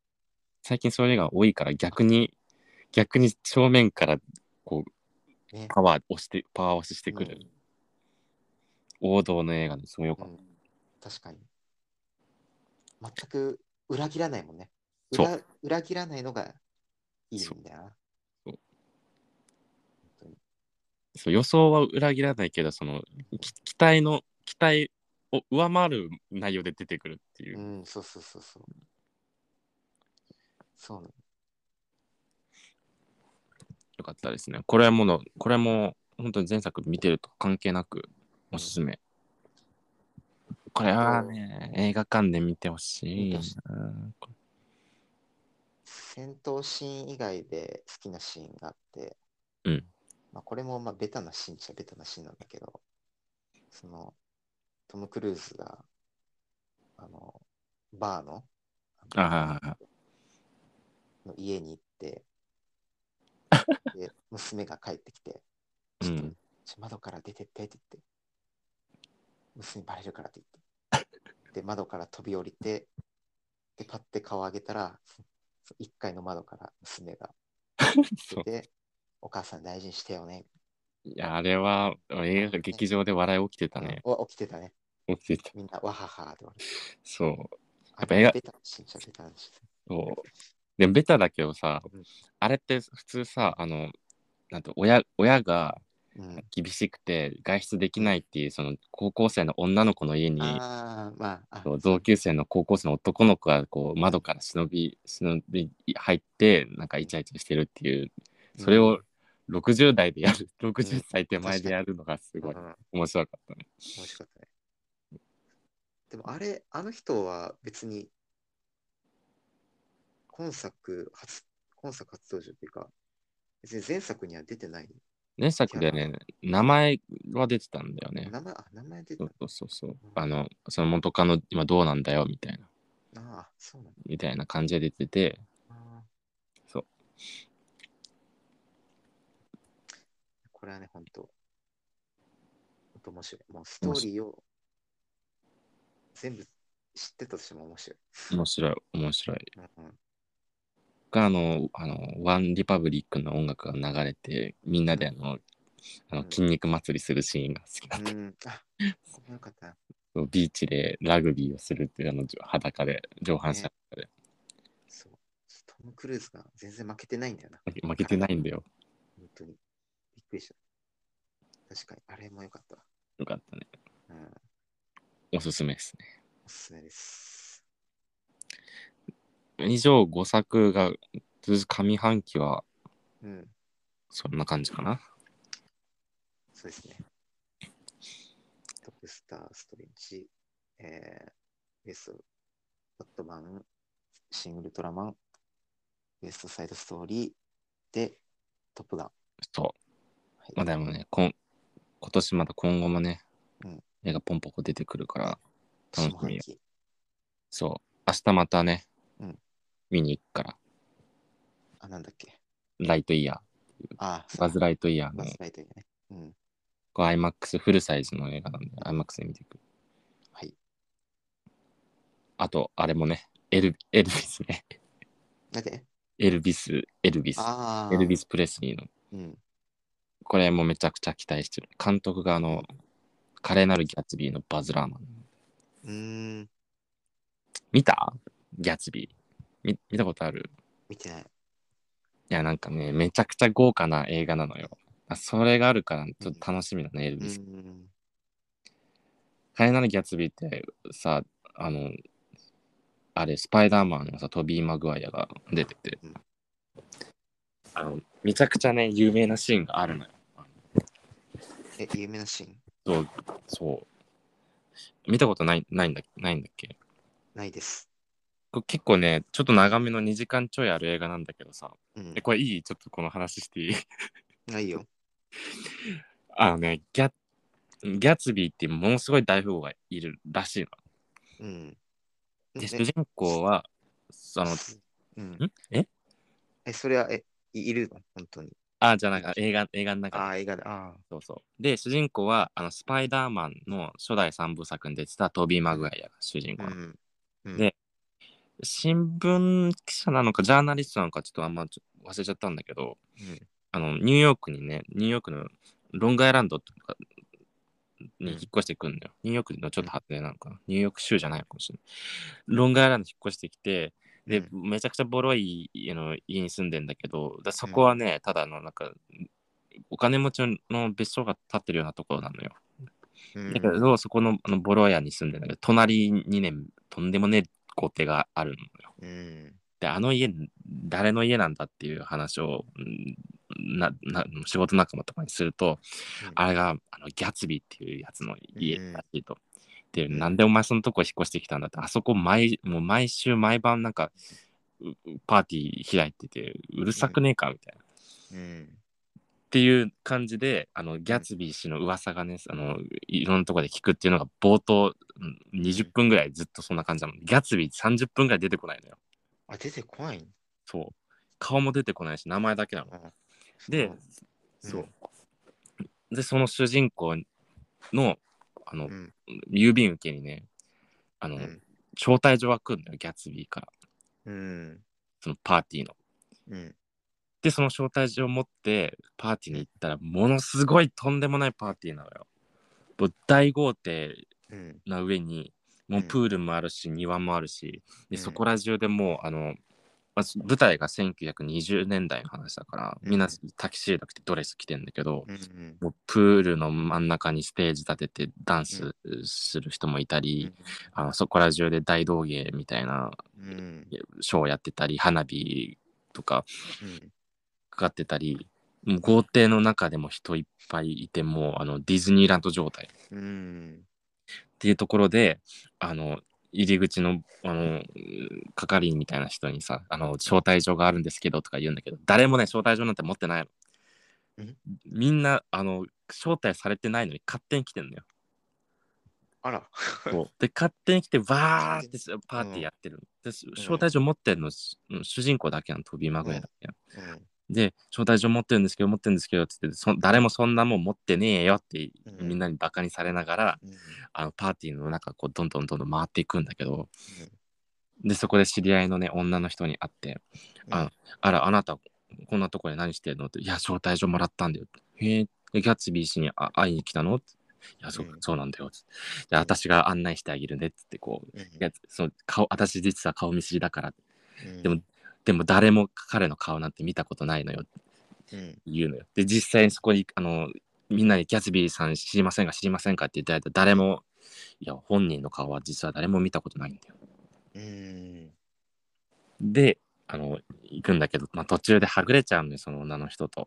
C: 最近そういう映画多いから逆に逆に正面からこう、
D: ね
C: パワー押してパワー押ししてくる、
D: うん
C: 王道の映画ですごいよか
D: う
C: った、
D: ん。確かに。全く裏切らないもんね。
C: そう
D: 裏裏切らないのがいいんだよな。
C: そう
D: 本当に
C: そう予想は裏切らないけどそのき期待の期待を上回る内容で出てくるっていう、
D: うん、そうそうそうそう。そうなの
C: よかったですねこれはものこれも本当に前作見てると関係なくおすすめ、これはね映画館で見てほしいな
D: 見てほしい戦闘シーン以外で好きなシーンがあって、
C: うん
D: まあ、これもまあベタなシーンっちゃベタなシーンなんだけど、そのトム・クルーズがあのバーの
C: ああー
D: の家に行 って、で娘が帰ってきて、
C: う
D: ちょっと
C: ん
D: ちょ窓から出てってって言って、娘にバレるか らって言って、で窓から飛び降りて、でパッて顔上げたら、1階の窓から娘が
C: そ
D: 出
C: う
D: て、お母さん大事にしてよね。
C: いや、あれは、映画劇場で笑い起きてたね。
D: お起きてたね。
C: 起きてた。
D: みんなわははって言われて。
C: そう。
D: や
C: っぱ映画
D: ベタなシーンじゃベタなシ
C: そうで、ベタだけどさ
D: うん、
C: あれって普通さ、あの、なんて親親が
D: ーンうん。
C: 厳しくて外出できないっていう、その高校生の女の子の家に、
D: ああ、まあ、あ
C: そう同級生の高校生の男の子がこう窓から忍び、忍び入って、なんかイチャイチャしてるっていう、それを60代でやる、60歳手前でやるのがす
D: うん、
C: ごい
D: うん面
C: 面白かったね。
D: 白かったね。でもあれ、あの人は別に、今作初、今作初登場っていうか、別に前作には出てない。
C: 前作でね、名前は出てたんだよね。
D: 名前、あ、名前出て
C: そ
D: な
C: う
D: い。
C: そうそうそう。あの、その元カノ今どうなんだよみたいな、
D: ああ、そうなんだ
C: みたいな感じで出てて、
D: な。
C: そう。
D: これはね、本当本当面白い。もうストーリーを全部知ってたとしても面白い。
C: 面白い、面白い。
D: う んうん
C: が、あの、あの、ワンリパブリックの音楽が流れて、みんなであの、あの
D: うん
C: 筋肉祭りするシーンが好きだった。
D: うん、あ、ここもよかったな。
C: そうビーチでラグビーをするっていう、あの、裸で、上半身裸で、
D: そう。トム・クルーズが全然負けてないんだよな。
C: 負けてないんだよ。
D: 本当に。びっくりした。確かに、あれもよかったわ。
C: よかったね。
D: うん。
C: おすすめですね。
D: おすすめです。
C: 以上5作が、上半期は
D: うん。
C: そんな感じかな。
D: そうですね。トップスター、ストレッチ、えー、ウエスト、バットマン、シングルトラマン、ウエストサイドストーリーで、トップガン。
C: そう。
D: はい
C: まあでもね、こん今年まだ今後もね、
D: うん
C: 絵がポンポコ出てくるから、楽し
D: 下半
C: みよ。
D: 期
C: そう。明日またね、
D: うん
C: 見に行くから、
D: あ、なんだっけ。
C: ライトイヤ
D: あ、
C: ー、バズライトイヤー
D: バ
C: の
D: ズライトイヤーね。うん。
C: こう IMAX フルサイズの映画なんで、IMAX で見ていく。
D: はい。
C: あと、あれもね、エルエルビスね。
D: なんで
C: エルビス、エルビス、
D: ああ。
C: エルビス・プレスリーの。
D: うん。
C: これもめちゃくちゃ期待してる。監督があの、華麗なるギャツビーのバズラーマン。
D: うーん。
C: 見たギャツビー。み見たことある
D: 見てない。
C: いや、なんかね、めちゃくちゃ豪華な映画なのよ。あそれがあるから、ちょっと楽しみだね、エル
D: う
C: ビス。
D: ん。
C: カエナルギャツビーってさ、あの、あれ、スパイダーマンのさ、トビー・マグワイアが出てて
D: うん、
C: あの、めちゃくちゃね、有名なシーンがあるのよ。
D: え、有名なシーン
C: そう、そう。見たことないないんだないんだっけ
D: ないです。
C: これ結構ね、ちょっと長めの2時間ちょいある映画なんだけどさ、
D: うん
C: え、。これいいちょっとこの話していい
D: ないよ。
C: あのね、ギャギャツビーっていうものすごい大富豪がいるらしい
D: うん。
C: の。で、
D: え
C: 主人公は、その、
D: うん。
C: んえ
D: え、それは、え、いいるの本当に。
C: あ、じゃあなんか映画、映画の中で
D: ああ、映画で。ああ。
C: そうそう。で、主人公は、あの、スパイダーマンの初代三部作に出てたトビー・マグワイアが主人公
D: う
C: なの、
D: ん。うん
C: で新聞記者なのか、ジャーナリストなのか、ちょっとあんまちょ忘れちゃったんだけど、
D: うん
C: あの、ニューヨークにね、ニューヨークのロングアイランドとかに引っ越してくるのよ。ニューヨークのちょっと発展なのかな。ニューヨーク州じゃないのかもしれない。ロングアイランドに引っ越してきて、で、
D: う
C: めちゃくちゃボロいあの家に住んでんだけど、だそこはね、ただのなんか、お金持ちの別荘が建ってるようなところなのよ。
D: うん
C: だけど、そこのあのボロ屋に住んでんだけど、隣にね、とんでもねえ豪邸があるのよ。
D: うん。
C: で、あの家、誰の家なんだっていう話を、んなな仕事仲間とかにすると、
D: うん
C: あれがあのギャツビーっていうやつの家
D: うん
C: らしいと。で、
D: ん
C: なんでお前そのとこ引っ越してきたんだって、あそこ毎もう毎週毎晩なんかううパーティー開いてて、うるさくねえかみたいな。
D: うん。
C: っていう感じであのギャツビー氏の噂がねあのいろんなところで聞くっていうのが冒頭うん20分ぐらいずっとそんな感じなのギャツビー30分ぐらい出てこないのよ
D: あ、出てこないの
C: そう顔も出てこないし名前だけなの
D: うん
C: でそうでその主人公のあの
D: うん。
C: 郵便受けにねあ
D: う
C: の
D: ん。
C: 招待状が来るのよギャツビーから
D: うん。
C: そのパーティーの
D: うん。
C: でその招待状を持ってパーティーに行ったらものすごいとんでもないパーティーなのよもう大豪邸
D: うん。
C: な上にもう
D: うん
C: プールもあるし、庭もあるしで
D: うん
C: そこら中でもうあの、まあ、舞台が1920年代の話だからみんな
D: うん
C: タキシード着てドレス着てんだけど、
D: うん。
C: もうプールの真ん中にステージ立ててダンスする人もいたり、あのそこら中で大道芸みたいな
D: うん。
C: ショーをやってたり花火とか
D: うん
C: かかってたりもう豪邸の中でも人いっぱいいてもうあのディズニーランド状態。
D: うん。
C: っていうところであの入り口のあのうん係員みたいな人にさあの招待状があるんですけどとか言うんだけど誰もね招待状なんて持ってないの
D: ん
C: みんなあの招待されてないのに勝手に来てんのよ
D: あら。
C: で勝手に来てわーってパーティーやってるの、で招待状持ってるの、うん主人公だけなの飛びまぐれだけなの
D: うん
C: で招待状持ってるんですけど持ってるんですけどって言ってそ誰もそんなもん持ってねえよって
D: うん
C: みんなにバカにされながら、
D: うん
C: あのパーティーの中こうどんどんどんどん回っていくんだけど、でそこで知り合いのね女の人に会って「
D: うん
C: ああらあなたこんなとこで何してるの?」って「いや招待状もらったんだよ」へえでギャッツビー氏にあ会いに来たの?」って「いやそう,、
D: うん
C: そうなんだよ」つって「で私が案内してあげるね」っつってこう
D: うん
C: いやその顔私実は顔見知りだから
D: うん
C: でもでも誰も彼の顔なんて見たことないのよ
D: うん
C: 言うのよ。で、実際にそこに、あの、みんなにギャツビーさん知りませんか知りませんかって言ったら誰も、いや、本人の顔は実は誰も見たことないんだよ。
D: うん
C: で、あの、行くんだけど、まあ、途中ではぐれちゃうのよ、その女の人と。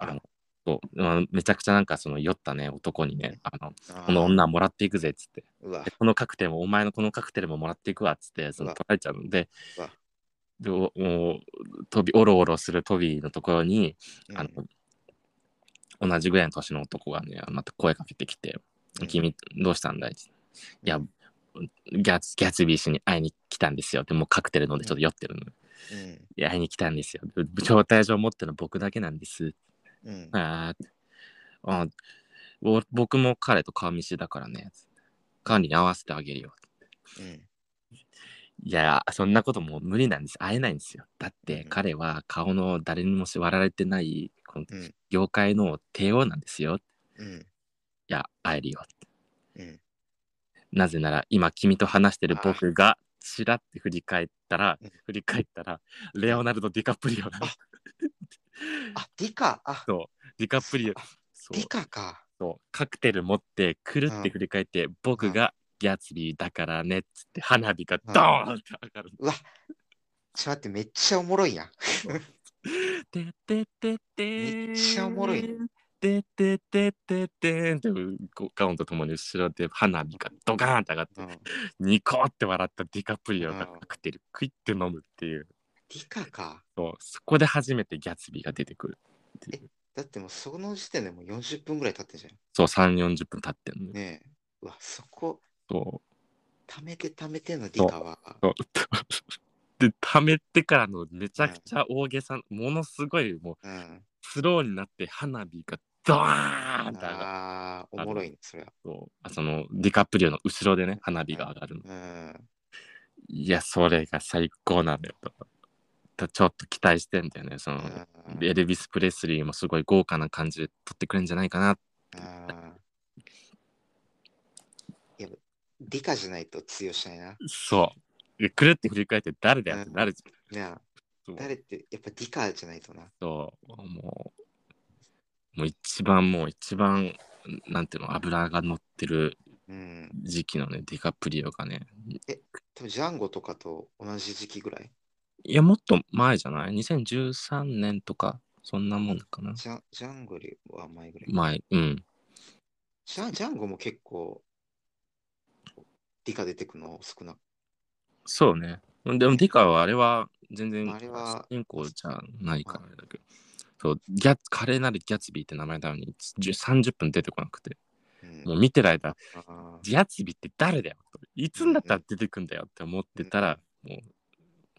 C: あの、そうまあめちゃくちゃなんかその酔ったね、男にね、あの、この女はもらっていくぜっつって、
D: うわ
C: でこのカクテルも、お前のこのカクテルももらっていくわっつって、そうの
D: わ
C: 取られちゃうので
D: うわ、
C: で、おもう、飛び、おろおろするトビーのところに、あの、同じぐらいの年の男がね、また声かけてきて、
D: うん
C: 君、どうしたんだいっていや
D: う
C: ギ
D: ん、
C: ャツギャツビー氏に会いに来たんですよ。でもうカクテル飲んでちょっと酔ってるの。
D: うん
C: いや会いに来たんですよ。招待状持ってるの僕だけなんです。
D: うん
C: あーあお僕も彼と顔見知りだからね。管理に合わせてあげるよ。
D: うん
C: いや、そんなこともう無理なんです。会えないんですよ。だっ
D: う
C: て
D: ん
C: 彼は顔の誰にも縛られてない、この
D: うん
C: 業界の帝王なんですよ。
D: うん
C: いや、会えるよって。
D: うん
C: なぜなら、今、君と話してる
D: あー
C: 僕が、ちらって振り返ったら
D: うん、
C: 振り返ったら、レオナルド・ディカプリオなの
D: ああディカあ
C: そう、ディカプリオ。そう
D: ディカか
C: そう、カクテル持って、くるって振り返って、僕がギャツビーだからねっつって、花火がドーンって上がる。
D: うわちょっと待ってめっちゃおもろいやん
C: てってってって。
D: めっちゃおもろい
C: ててってってってってんっていうガウンとともに後ろで花火がドカーンって上がって、
D: うん、
C: ニコって笑ったディカプリオが
D: うん
C: カクテルクイって飲むっていう、
D: リカか。
C: そうそこで初めてギャツビーが出てくるっていう
D: だってもうその時点でもう40分ぐらい経ってんじゃん。
C: そう3 4 0分経ってんのよ
D: ねえ。うわ、そこ、
C: そう
D: 貯めて貯めてのリカは。
C: そう で溜めてからのめちゃくちゃ大げさ、ものすごいもう
D: うん。
C: スローになって花火がドーンって上がる
D: ああ、おもろいね、それは。
C: そうあそのディカプリオの後ろでね花火が上がるの、
D: うん。
C: いやそれが最高なんだよととちょっと期待してんだよねその、
D: うん
C: エルビス・プレスリーもすごい豪華な感じで撮ってくれるんじゃないかな
D: うんいや、理科じゃないと通用しないな。
C: そうでくるって振り返って誰だよってなるじ
D: なあ
C: ゃん、そう
D: 誰って、やっぱ理科じゃないとな。
C: そうもうもう一番もう一番なんていうの油が乗ってる
D: うん。
C: 時期のねディカプリオがね
D: 多分ジャンゴとかと同じ時期ぐらい。
C: いや、もっと前じゃない ?2013 年とか、そんなもんかな。
D: ジャンジャンゴよりは前ぐらい。
C: 前、うん。
D: ジャンジャンゴも結構、理科出てくの少な
C: そうね。でも、ディカはあれは全然、
D: あれは
C: 主人公じゃないからあれだけど、そう、ギャ華麗なるギャツビーって名前なのに、10 30分出てこなくて、
D: うん
C: もう見てる間、
D: あー
C: ギャツビーって誰だよいつになったら出てくんだよって思ってたら、もう、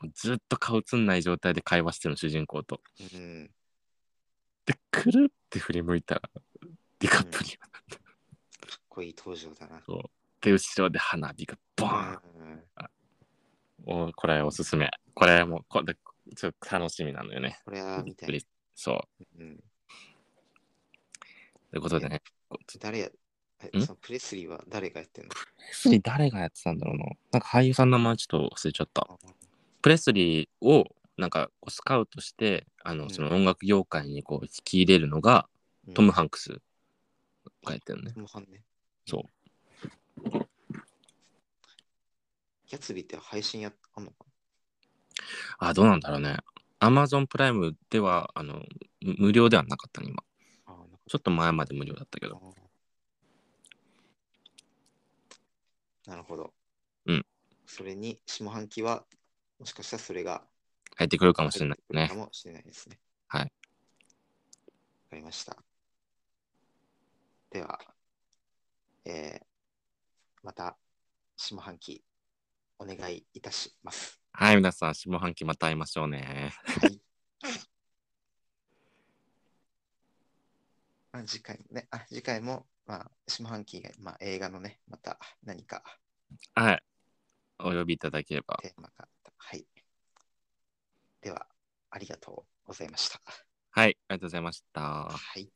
C: もうずっと顔つんない状態で会話してるの主人公と。
D: うん。
C: で、くるって振り向いたら、ディカプリオだった。
D: かっこいい登場だな。
C: で、後ろで花火がボーン
D: うん
C: おこれおすすめ。これもこれちょっと楽しみなのよね。
D: これはみたい
C: びっく
D: な
C: り。そう。
D: うん
C: ということでね。こ
D: 誰や、え
C: ん
D: そのプレスリーは誰がやってんの
C: プレスリー誰がやってたんだろうな。なんか俳優さんの名前ちょっと忘れちゃった。プレスリーをなんかこうスカウトしてあ
D: う
C: の
D: ん
C: その音楽業界にこう引き入れるのが
D: うん
C: トム・ハンクスがやってるね。
D: トムハンね。
C: そう。
D: ギャツビーって配信やっあんのか
C: あ、どうなんだろうね。アマゾンプライムではあのむ無料ではなかったね、今。
D: なあーなんか
C: ちょっと前まで無料だったけど。
D: なるほど。
C: うん。
D: それに、下半期は、もしかしたらそれが
C: 入ってくるか
D: か
C: もしれない
D: か
C: ね。
D: もしれないですね。
C: はい
D: わかりました。では、えー、また、下半期、お願いいたします。
C: はい、皆さん、下半期また会いましょうね。
D: はい。 あ次回もね、あ次回も、まあ、下半期以外、まあ、映画のね、また何か
C: はい。お呼びいただければ。
D: テーマがあった。はい。では、ありがとうございました。
C: はい、ありがとうございました。
D: はい。